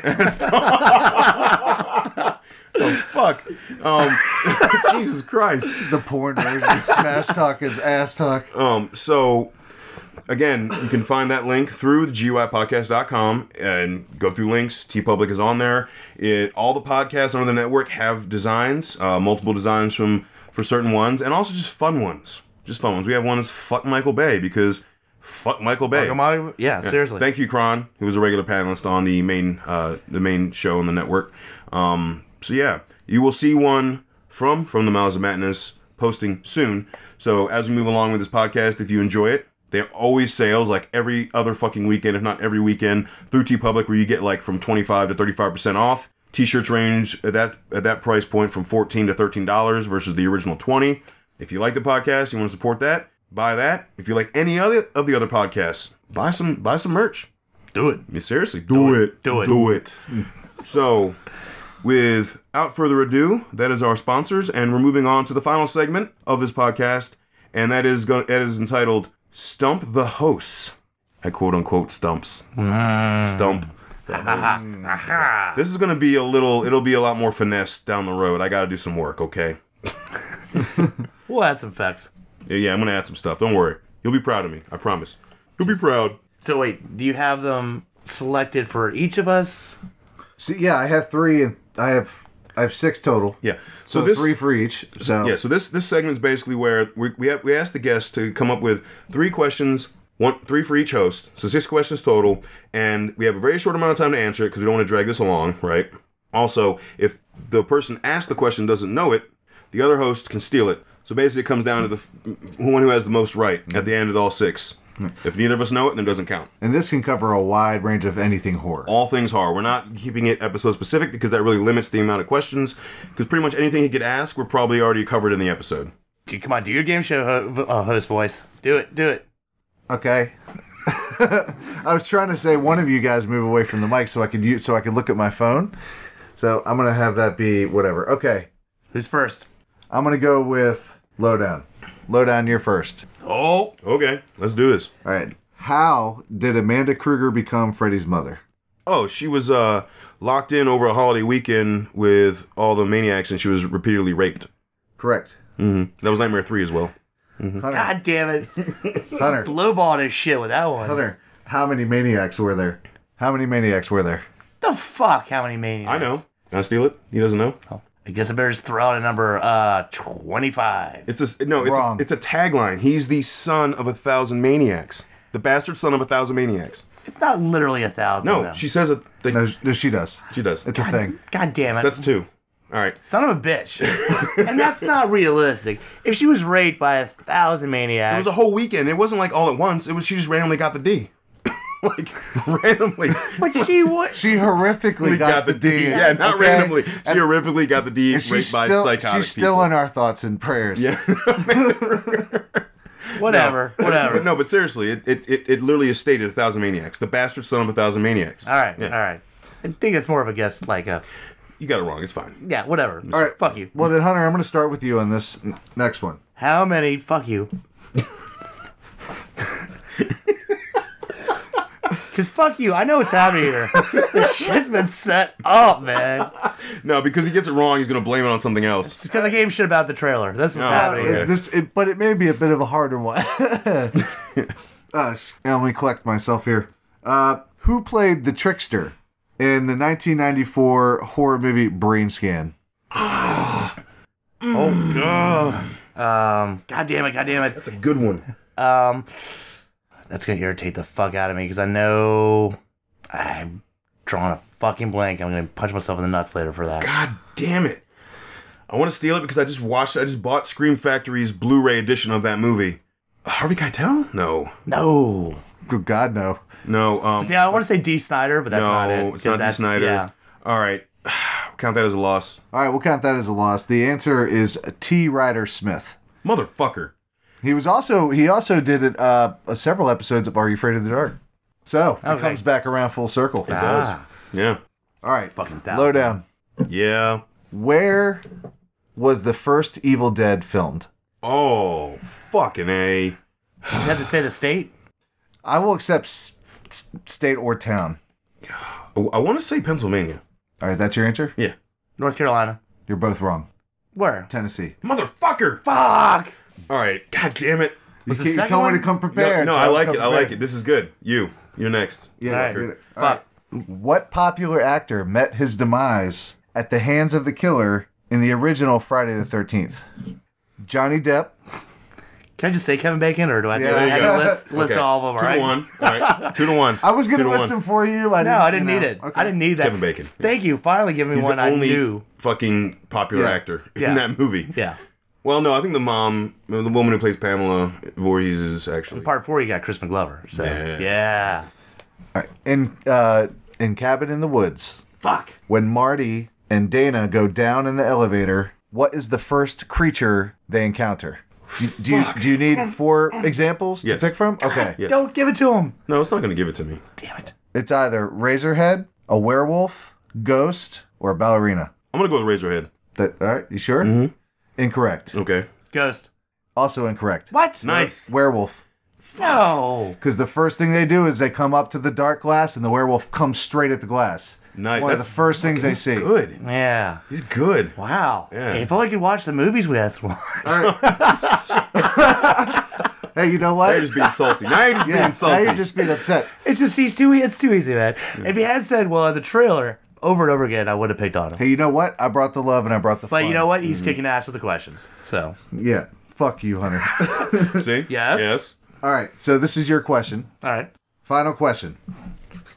Speaker 1: Fuck. Um, Jesus Christ.
Speaker 3: The porn version. of Smash talk is ass talk.
Speaker 1: Um, so again, you can find that link through the GUIPodcast.com and go through links. T Public is on there. It all the podcasts on the network have designs, uh, multiple designs from for certain ones, and also just fun ones. Just fun ones. We have one that's fuck Michael Bay because fuck Michael Bay.
Speaker 2: Come on. Yeah, Seriously.
Speaker 1: Thank you, Kron, who was a regular panelist on the main uh, the main show on the network. Um, so yeah, you will see one from from the Mouths of Madness posting soon. So as we move along with this podcast, if you enjoy it, there are always sales like every other fucking weekend, if not every weekend, through T Public, where you get like from twenty five to thirty five percent off. T-shirts range at that at that price point from fourteen to thirteen dollars versus the original twenty. If you like the podcast, you want to support that, buy that. If you like any other of the other podcasts, buy some buy some merch.
Speaker 2: Do it.
Speaker 1: I mean, seriously, do, it,
Speaker 2: Do it.
Speaker 1: do it. so, without further ado, that is our sponsors, and we're moving on to the final segment of this podcast, and that is go- that is entitled "Stump the Hosts." I quote unquote stumps stump. the hosts.
Speaker 2: Aha.
Speaker 1: this is going to be a little. It'll be a lot more finesse down the road. I got to do some work. Okay.
Speaker 2: We'll add some facts.
Speaker 1: Yeah, yeah, I'm gonna add some stuff. Don't worry. You'll be proud of me. I promise. You'll be proud.
Speaker 2: So wait, do you have them selected for each of us?
Speaker 3: So yeah, I have three. and I have I have six total.
Speaker 1: Yeah. So,
Speaker 3: So,
Speaker 1: this.
Speaker 3: three for each. So
Speaker 1: yeah. So this this segment's basically where we we, have, we ask the guests to come up with three questions, one three for each host. So six questions total, and we have a very short amount of time to answer it because we don't want to drag this along, right? Also, if the person asked the question doesn't know it, the other host can steal it. So basically, it comes down to the f- one who has the most right at the end of all six. If neither of us know it, then it doesn't count.
Speaker 3: and this can cover a wide range of anything horror.
Speaker 1: all things horror. We're not keeping it episode specific because that really limits the amount of questions. Because pretty much anything he could ask, we're probably already covered in the episode.
Speaker 2: Dude, come on, do your game show ho- uh, host voice. Do it, do it.
Speaker 3: Okay. I was trying to say one of you guys move away from the mic so I could use so I could look at my phone. So I'm gonna have that be whatever. Okay.
Speaker 2: Who's first?
Speaker 3: I'm gonna go with lowdown. Lowdown, you're first.
Speaker 2: Oh,
Speaker 1: Okay, let's do this.
Speaker 3: All right. How did Amanda Kruger become Freddy's mother?
Speaker 1: Oh, she was uh, locked in over a holiday weekend with all the maniacs, and she was repeatedly raped.
Speaker 3: Correct.
Speaker 1: hmm That was Nightmare Three as well. Mm-hmm.
Speaker 3: Hunter.
Speaker 2: god damn it!
Speaker 3: Hunter.
Speaker 2: Blowball this shit with that one.
Speaker 3: Hunter. How many maniacs were there? How many maniacs were there?
Speaker 2: the fuck? How many maniacs?
Speaker 1: I know. Can I steal it? He doesn't know.
Speaker 2: Oh, I guess I better just throw out a number. Uh, twenty-five.
Speaker 1: It's a no. It's a,
Speaker 3: Wrong.
Speaker 1: it's a tagline. He's the son of a thousand maniacs. The bastard son of a thousand maniacs.
Speaker 2: It's not literally a thousand.
Speaker 1: No,
Speaker 2: though.
Speaker 1: she says it. They,
Speaker 3: No, sh- no she does.
Speaker 1: She does.
Speaker 3: It's a thing.
Speaker 2: God damn it.
Speaker 1: That's two. All right.
Speaker 2: Son of a bitch. and that's not realistic. If she was raped by a thousand maniacs.
Speaker 1: It was a whole weekend. It wasn't like all at once. It was she just randomly got the D. like randomly.
Speaker 2: But she would.
Speaker 3: She horrifically got, the, D.
Speaker 1: Yeah, not
Speaker 3: okay?
Speaker 1: randomly. She horrifically got the D
Speaker 3: And
Speaker 1: raped
Speaker 3: she's
Speaker 1: by
Speaker 3: still,
Speaker 1: psychotic
Speaker 3: she's still
Speaker 1: people.
Speaker 3: in our thoughts and prayers. Yeah.
Speaker 2: Whatever. Whatever.
Speaker 1: But no, but seriously, it, it, it, it literally is stated a thousand maniacs. The bastard son of a thousand maniacs.
Speaker 2: All right.
Speaker 1: Yeah.
Speaker 2: All right. I think it's more of a guess, like a.
Speaker 1: You got it wrong. It's fine.
Speaker 2: Yeah, whatever.
Speaker 3: All right.
Speaker 2: Fuck you.
Speaker 3: Well, then, Hunter, I'm going to start with you on this n- next one.
Speaker 2: How many? Fuck you. Because fuck you. I know what's happening here. This shit's been set up, man.
Speaker 1: No, because he gets it wrong, he's gonna blame it on something else.
Speaker 2: It's because I gave him shit about the trailer. That's what's
Speaker 1: No.
Speaker 2: happening
Speaker 1: Okay.
Speaker 3: Uh,
Speaker 2: here.
Speaker 3: this, it, but it may be a bit of a harder one. uh, s- now let me collect myself here. Uh, who played the trickster in the 1994 horror movie Brain Scan?
Speaker 2: Oh, God. Um, God damn it. God damn it.
Speaker 1: That's a good one.
Speaker 2: Um, that's gonna irritate the fuck out of me because I know I'm drawing a fucking blank. I'm gonna punch myself in the nuts later for that.
Speaker 1: God damn it. I want to steal it because I just watched I just bought Scream Factory's Blu-ray edition of that movie. Harvey Keitel? No.
Speaker 2: No.
Speaker 3: Good God, no.
Speaker 1: No, um
Speaker 2: See, I want to say D. Snyder, but that's
Speaker 1: no,
Speaker 2: not it.
Speaker 1: it's
Speaker 2: 'cause
Speaker 1: not D.
Speaker 2: that's-
Speaker 1: Snyder.
Speaker 2: Yeah.
Speaker 1: All right. Count that as a loss.
Speaker 3: All right, we'll count that as a loss. The answer is T. Ryder Smith.
Speaker 1: Motherfucker.
Speaker 3: He was also he also did it, uh, several episodes of Are You Afraid of the Dark? So it
Speaker 2: Okay.
Speaker 3: comes back around full circle.
Speaker 2: It
Speaker 1: does. Yeah.
Speaker 3: All right,
Speaker 2: Fucking thousand.
Speaker 3: lowdown.
Speaker 1: Yeah.
Speaker 3: Where was the first Evil Dead filmed?
Speaker 1: Oh, fucking A.
Speaker 2: You just had to say the state.
Speaker 3: I will accept s- s- state or town.
Speaker 1: Oh, I want to say Pennsylvania.
Speaker 3: All right, that's your answer.
Speaker 1: Yeah.
Speaker 2: North Carolina.
Speaker 3: You're both wrong.
Speaker 2: Where?
Speaker 3: Tennessee.
Speaker 1: Motherfucker.
Speaker 2: Fuck.
Speaker 1: All right. God damn it.
Speaker 2: Was the
Speaker 3: you,
Speaker 2: second
Speaker 3: you told
Speaker 2: one?
Speaker 3: me to come
Speaker 1: No,
Speaker 3: prepared.
Speaker 1: no
Speaker 3: so
Speaker 1: I
Speaker 3: was
Speaker 1: like it.
Speaker 3: come
Speaker 1: I like it.
Speaker 3: prepared.
Speaker 1: This is good. You. You're next.
Speaker 3: Yeah.
Speaker 2: All right.
Speaker 3: you're good. All
Speaker 2: Fuck.
Speaker 3: right. What popular actor met his demise at the hands of the killer in the original Friday the Thirteenth? Johnny Depp.
Speaker 2: Can I just say Kevin Bacon, or do I, do
Speaker 3: Yeah,
Speaker 2: I
Speaker 3: there you
Speaker 2: have
Speaker 3: go.
Speaker 2: to list, list
Speaker 1: Okay.
Speaker 2: all of them?
Speaker 1: Two
Speaker 2: right?
Speaker 1: to one. All right. Two to one.
Speaker 3: I was
Speaker 1: Two
Speaker 3: gonna
Speaker 1: to
Speaker 3: list
Speaker 1: one.
Speaker 3: them for you. I
Speaker 2: No, I didn't
Speaker 3: you
Speaker 2: need
Speaker 3: know.
Speaker 2: it.
Speaker 3: Okay.
Speaker 2: I didn't need that.
Speaker 1: Kevin Bacon.
Speaker 2: Thank you. Finally, give me
Speaker 1: He's
Speaker 2: one
Speaker 1: the only
Speaker 2: I knew.
Speaker 1: fucking popular
Speaker 3: Yeah.
Speaker 1: actor
Speaker 2: Yeah.
Speaker 1: in that movie.
Speaker 2: Yeah.
Speaker 1: Well, no, I think the mom, the woman who plays Pamela Voorhees, is actually.
Speaker 2: Part four, you got Crispin Glover. So
Speaker 1: Yeah.
Speaker 2: yeah.
Speaker 3: All right. In uh, in Cabin in the Woods,
Speaker 2: Fuck.
Speaker 3: when Marty and Dana go down in the elevator, what is the first creature they encounter? You- Do you, do you need four examples
Speaker 1: Yes.
Speaker 3: to pick from? Okay.
Speaker 1: Yes.
Speaker 2: Don't give it to him.
Speaker 1: no, it's not going to give it to me.
Speaker 2: Damn it.
Speaker 3: It's either Razorhead, a werewolf, ghost, or ballerina.
Speaker 1: I'm going to go with Razorhead.
Speaker 3: That, all right, you sure?
Speaker 1: Mm-hmm.
Speaker 3: Incorrect.
Speaker 1: Okay.
Speaker 2: Ghost.
Speaker 3: Also incorrect.
Speaker 2: What?
Speaker 1: Nice.
Speaker 3: Werewolf.
Speaker 2: No.
Speaker 3: Because the first thing they do is they come up to the dark glass and the werewolf comes straight at the glass.
Speaker 1: Nice.
Speaker 3: One of
Speaker 1: That's
Speaker 3: the first things they see.
Speaker 1: Good.
Speaker 2: Yeah.
Speaker 1: He's good.
Speaker 2: Wow.
Speaker 1: Yeah.
Speaker 2: If only I could watch the movies we asked for.
Speaker 3: Hey, you know
Speaker 1: Now
Speaker 3: what?
Speaker 1: you're just being salty. Now you're just
Speaker 3: yeah,
Speaker 1: being salty.
Speaker 3: now you're just being upset.
Speaker 2: It's just he's too e, it's too easy, man. If he had said, "Well, the trailer," over and over again, I would have picked on him.
Speaker 3: Hey, you know what? I brought the love and I brought the
Speaker 2: But
Speaker 3: fun.
Speaker 2: you know what? He's kicking ass with the questions. So
Speaker 3: Yeah. Fuck you, Hunter.
Speaker 1: See?
Speaker 2: Yes.
Speaker 1: Yes.
Speaker 3: All right. So this is your question.
Speaker 2: all right.
Speaker 3: Final question.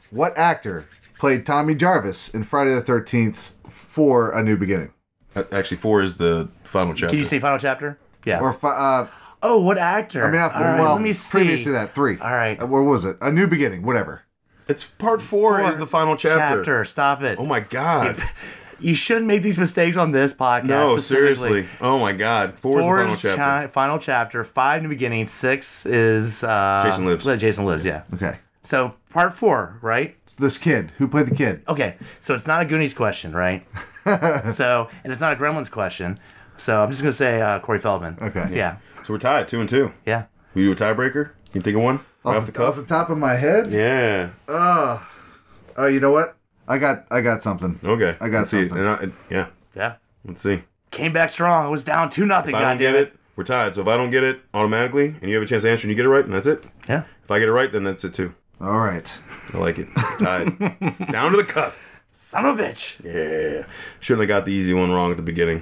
Speaker 3: What actor played Tommy Jarvis in Friday the 13th for A New Beginning?
Speaker 1: A- Actually, four is the final chapter.
Speaker 2: Can you say final chapter? Yeah.
Speaker 3: Or, fi- uh,
Speaker 2: oh, what actor?
Speaker 3: I mean, not for,
Speaker 2: all right,
Speaker 3: well,
Speaker 2: let me see.
Speaker 3: previous to that, three.
Speaker 2: All right.
Speaker 3: Uh, where was it? A New Beginning, whatever.
Speaker 1: It's part four, is the final chapter.
Speaker 2: Chapter. Stop it.
Speaker 1: Oh my god.
Speaker 2: You shouldn't make these mistakes on this podcast.
Speaker 1: No,
Speaker 2: specifically.
Speaker 1: seriously. Oh my God. Four,
Speaker 2: Four
Speaker 1: is
Speaker 2: is
Speaker 1: the final chapter.
Speaker 2: chi- final chapter. Five in the beginning. Six is uh,
Speaker 1: Jason Lives.
Speaker 2: well, Jason lives. Yeah.
Speaker 3: Okay.
Speaker 2: So part four, right?
Speaker 3: It's this kid. Who played the kid?
Speaker 2: Okay. So it's not a Goonies question, right? so and it's not a Gremlins question. So I'm just gonna say uh, Corey Feldman.
Speaker 3: Okay.
Speaker 2: Yeah.
Speaker 1: So we're tied, two and two.
Speaker 2: Yeah.
Speaker 1: We do a tiebreaker. Can you think of one? Right off the cuff?
Speaker 3: Off the top of my head?
Speaker 1: Yeah.
Speaker 3: Oh, you know what? I got I got something.
Speaker 1: Okay.
Speaker 3: I got
Speaker 1: Let's see.
Speaker 3: something.
Speaker 1: And I- yeah.
Speaker 2: Yeah.
Speaker 1: Let's see. If
Speaker 2: Came back strong. I was down two nothing.
Speaker 1: I don't
Speaker 2: Goddamn
Speaker 1: get
Speaker 2: it.
Speaker 1: it, we're tied. So if I don't get it automatically and you have a chance to answer and you get it right, and that's it.
Speaker 2: Yeah.
Speaker 1: If I get it right, then that's it too.
Speaker 3: All right.
Speaker 1: I like it. Tied. Down to the cuff.
Speaker 2: Son of a bitch.
Speaker 1: Yeah. Shouldn't have got the easy one wrong at the beginning.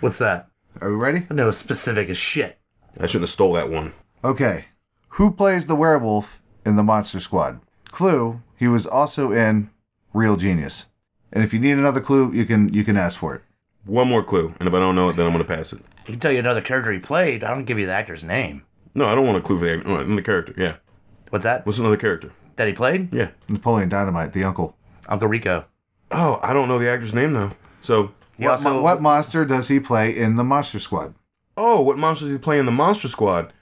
Speaker 2: What's that?
Speaker 3: Are we ready?
Speaker 2: No specific as shit.
Speaker 1: I shouldn't have stole that one.
Speaker 3: Okay. Who plays the werewolf in the Monster Squad? Clue, he was also in Real Genius. And if you need another clue, you can you can ask for it.
Speaker 1: One more clue, and if I don't know it, then I'm gonna pass it.
Speaker 2: I can tell you another character he played. I don't give you the actor's name.
Speaker 1: No, I don't want a clue for the, no, I'm the character. Yeah.
Speaker 2: What's that?
Speaker 1: What's another character?
Speaker 2: That he played?
Speaker 1: Yeah.
Speaker 3: Napoleon Dynamite, the uncle.
Speaker 2: Uncle Rico.
Speaker 1: Oh, I don't know the actor's name now. So,
Speaker 2: He
Speaker 3: what,
Speaker 2: also
Speaker 3: mo- what monster does he play in the Monster Squad?
Speaker 1: oh, what monsters he play in the Monster Squad?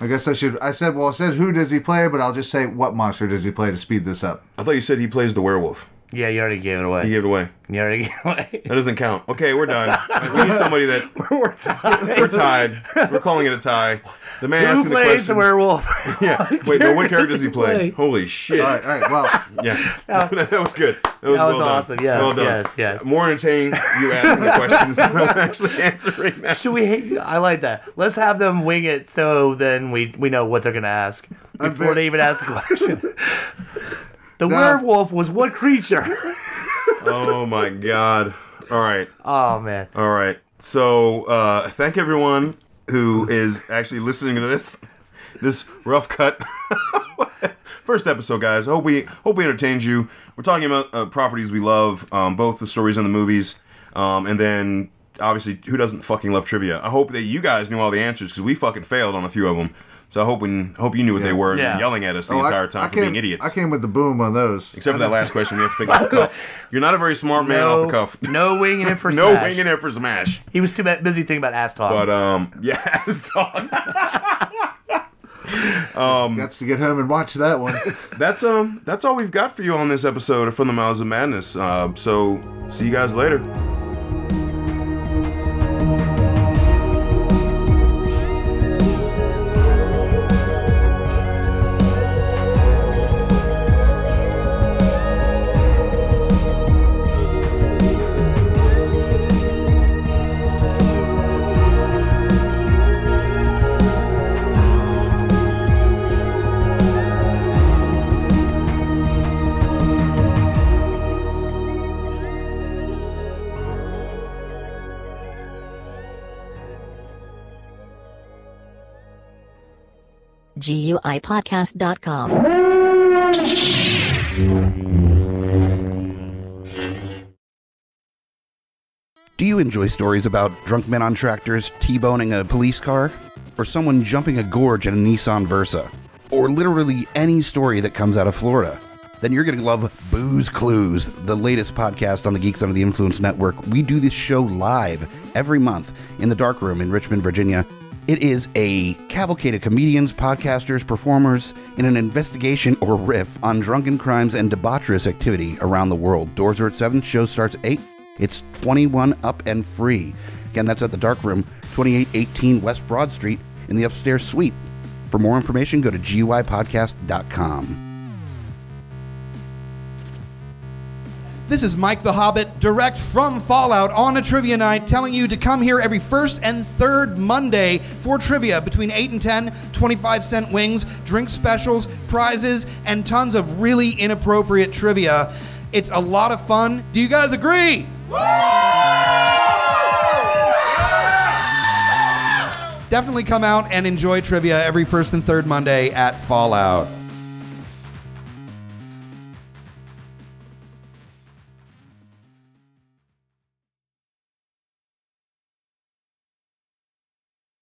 Speaker 3: I guess I should I said well I said who does he play, but I'll just say what monster does he play to speed this up.
Speaker 1: I thought you said he plays the werewolf.
Speaker 2: Yeah, you already gave it away.
Speaker 1: He gave it away.
Speaker 2: You already gave it away.
Speaker 1: That doesn't count. Okay, we're done. we need somebody that
Speaker 2: We're tied.
Speaker 1: we're tied. We're calling it a tie. The man
Speaker 2: Who
Speaker 1: asking the
Speaker 2: plays
Speaker 1: questions.
Speaker 2: the werewolf?
Speaker 1: yeah. Wait, no. What character does he play? Holy shit!
Speaker 3: All right, all right. Well,
Speaker 1: Yeah, that was good. That was,
Speaker 2: That was
Speaker 1: well done.
Speaker 2: awesome. Yes,
Speaker 1: well done.
Speaker 2: yes, yes.
Speaker 1: More entertaining you asking the questions than I was actually answering that.
Speaker 2: Should we? I like that. Let's have them wing it so then we we know what they're gonna ask before
Speaker 3: very-
Speaker 2: they even ask the question. the werewolf was what creature?
Speaker 1: Oh my god! All right.
Speaker 2: Oh man.
Speaker 1: All right. So uh, thank everyone who is actually listening to this this rough cut first episode, guys. Hope we hope we entertained you. We're talking about uh, properties we love, um, both the stories and the movies, um, and then obviously who doesn't fucking love trivia. I hope that you guys knew all the answers because we fucking failed on a few of them. So I hope we hope you knew what they were and
Speaker 2: Yeah.
Speaker 1: yelling at us the
Speaker 3: oh, I-
Speaker 1: entire time
Speaker 3: I
Speaker 1: for
Speaker 3: came-
Speaker 1: being idiots.
Speaker 3: I came with the boom on those.
Speaker 1: Except for that last question, we have to think off the cuff. You're not a very smart man off the cuff.
Speaker 2: no winging it for
Speaker 1: No
Speaker 2: Smash.
Speaker 1: winging it for smash.
Speaker 2: He was too bu- busy thinking about ass talk.
Speaker 1: But um, yeah, as dog.
Speaker 3: Gets to get home and watch that one.
Speaker 1: That's um, that's all we've got for you on this episode of From the Mouths of Madness. Uh, so see you guys later.
Speaker 4: GUIPodcast.com.
Speaker 5: Do you enjoy stories about drunk men on tractors T-boning a police car? Or someone jumping a gorge in a Nissan Versa? Or literally any story that comes out of Florida? Then you're going to love Booze Clues, the latest podcast on the Geeks Under the Influence Network. We do this show live every month in the dark room in Richmond, Virginia. It is a cavalcade of comedians, podcasters, performers in an investigation or riff on drunken crimes and debaucherous activity around the world. Doors are at 7, show starts at 8. It's 21 up and free. Again, that's at the Dark Room, 2818 West Broad Street in the upstairs suite. For more information, go to GUIPodcast.com.
Speaker 6: This is Mike the Hobbit, direct from Fallout on a trivia night, telling you to come here every first and third Monday for trivia between 8 and 10, 25 cent wings, drink specials, prizes, and tons of really inappropriate trivia. It's a lot of fun. Do you guys agree? Definitely come out and enjoy trivia every first and third Monday at Fallout.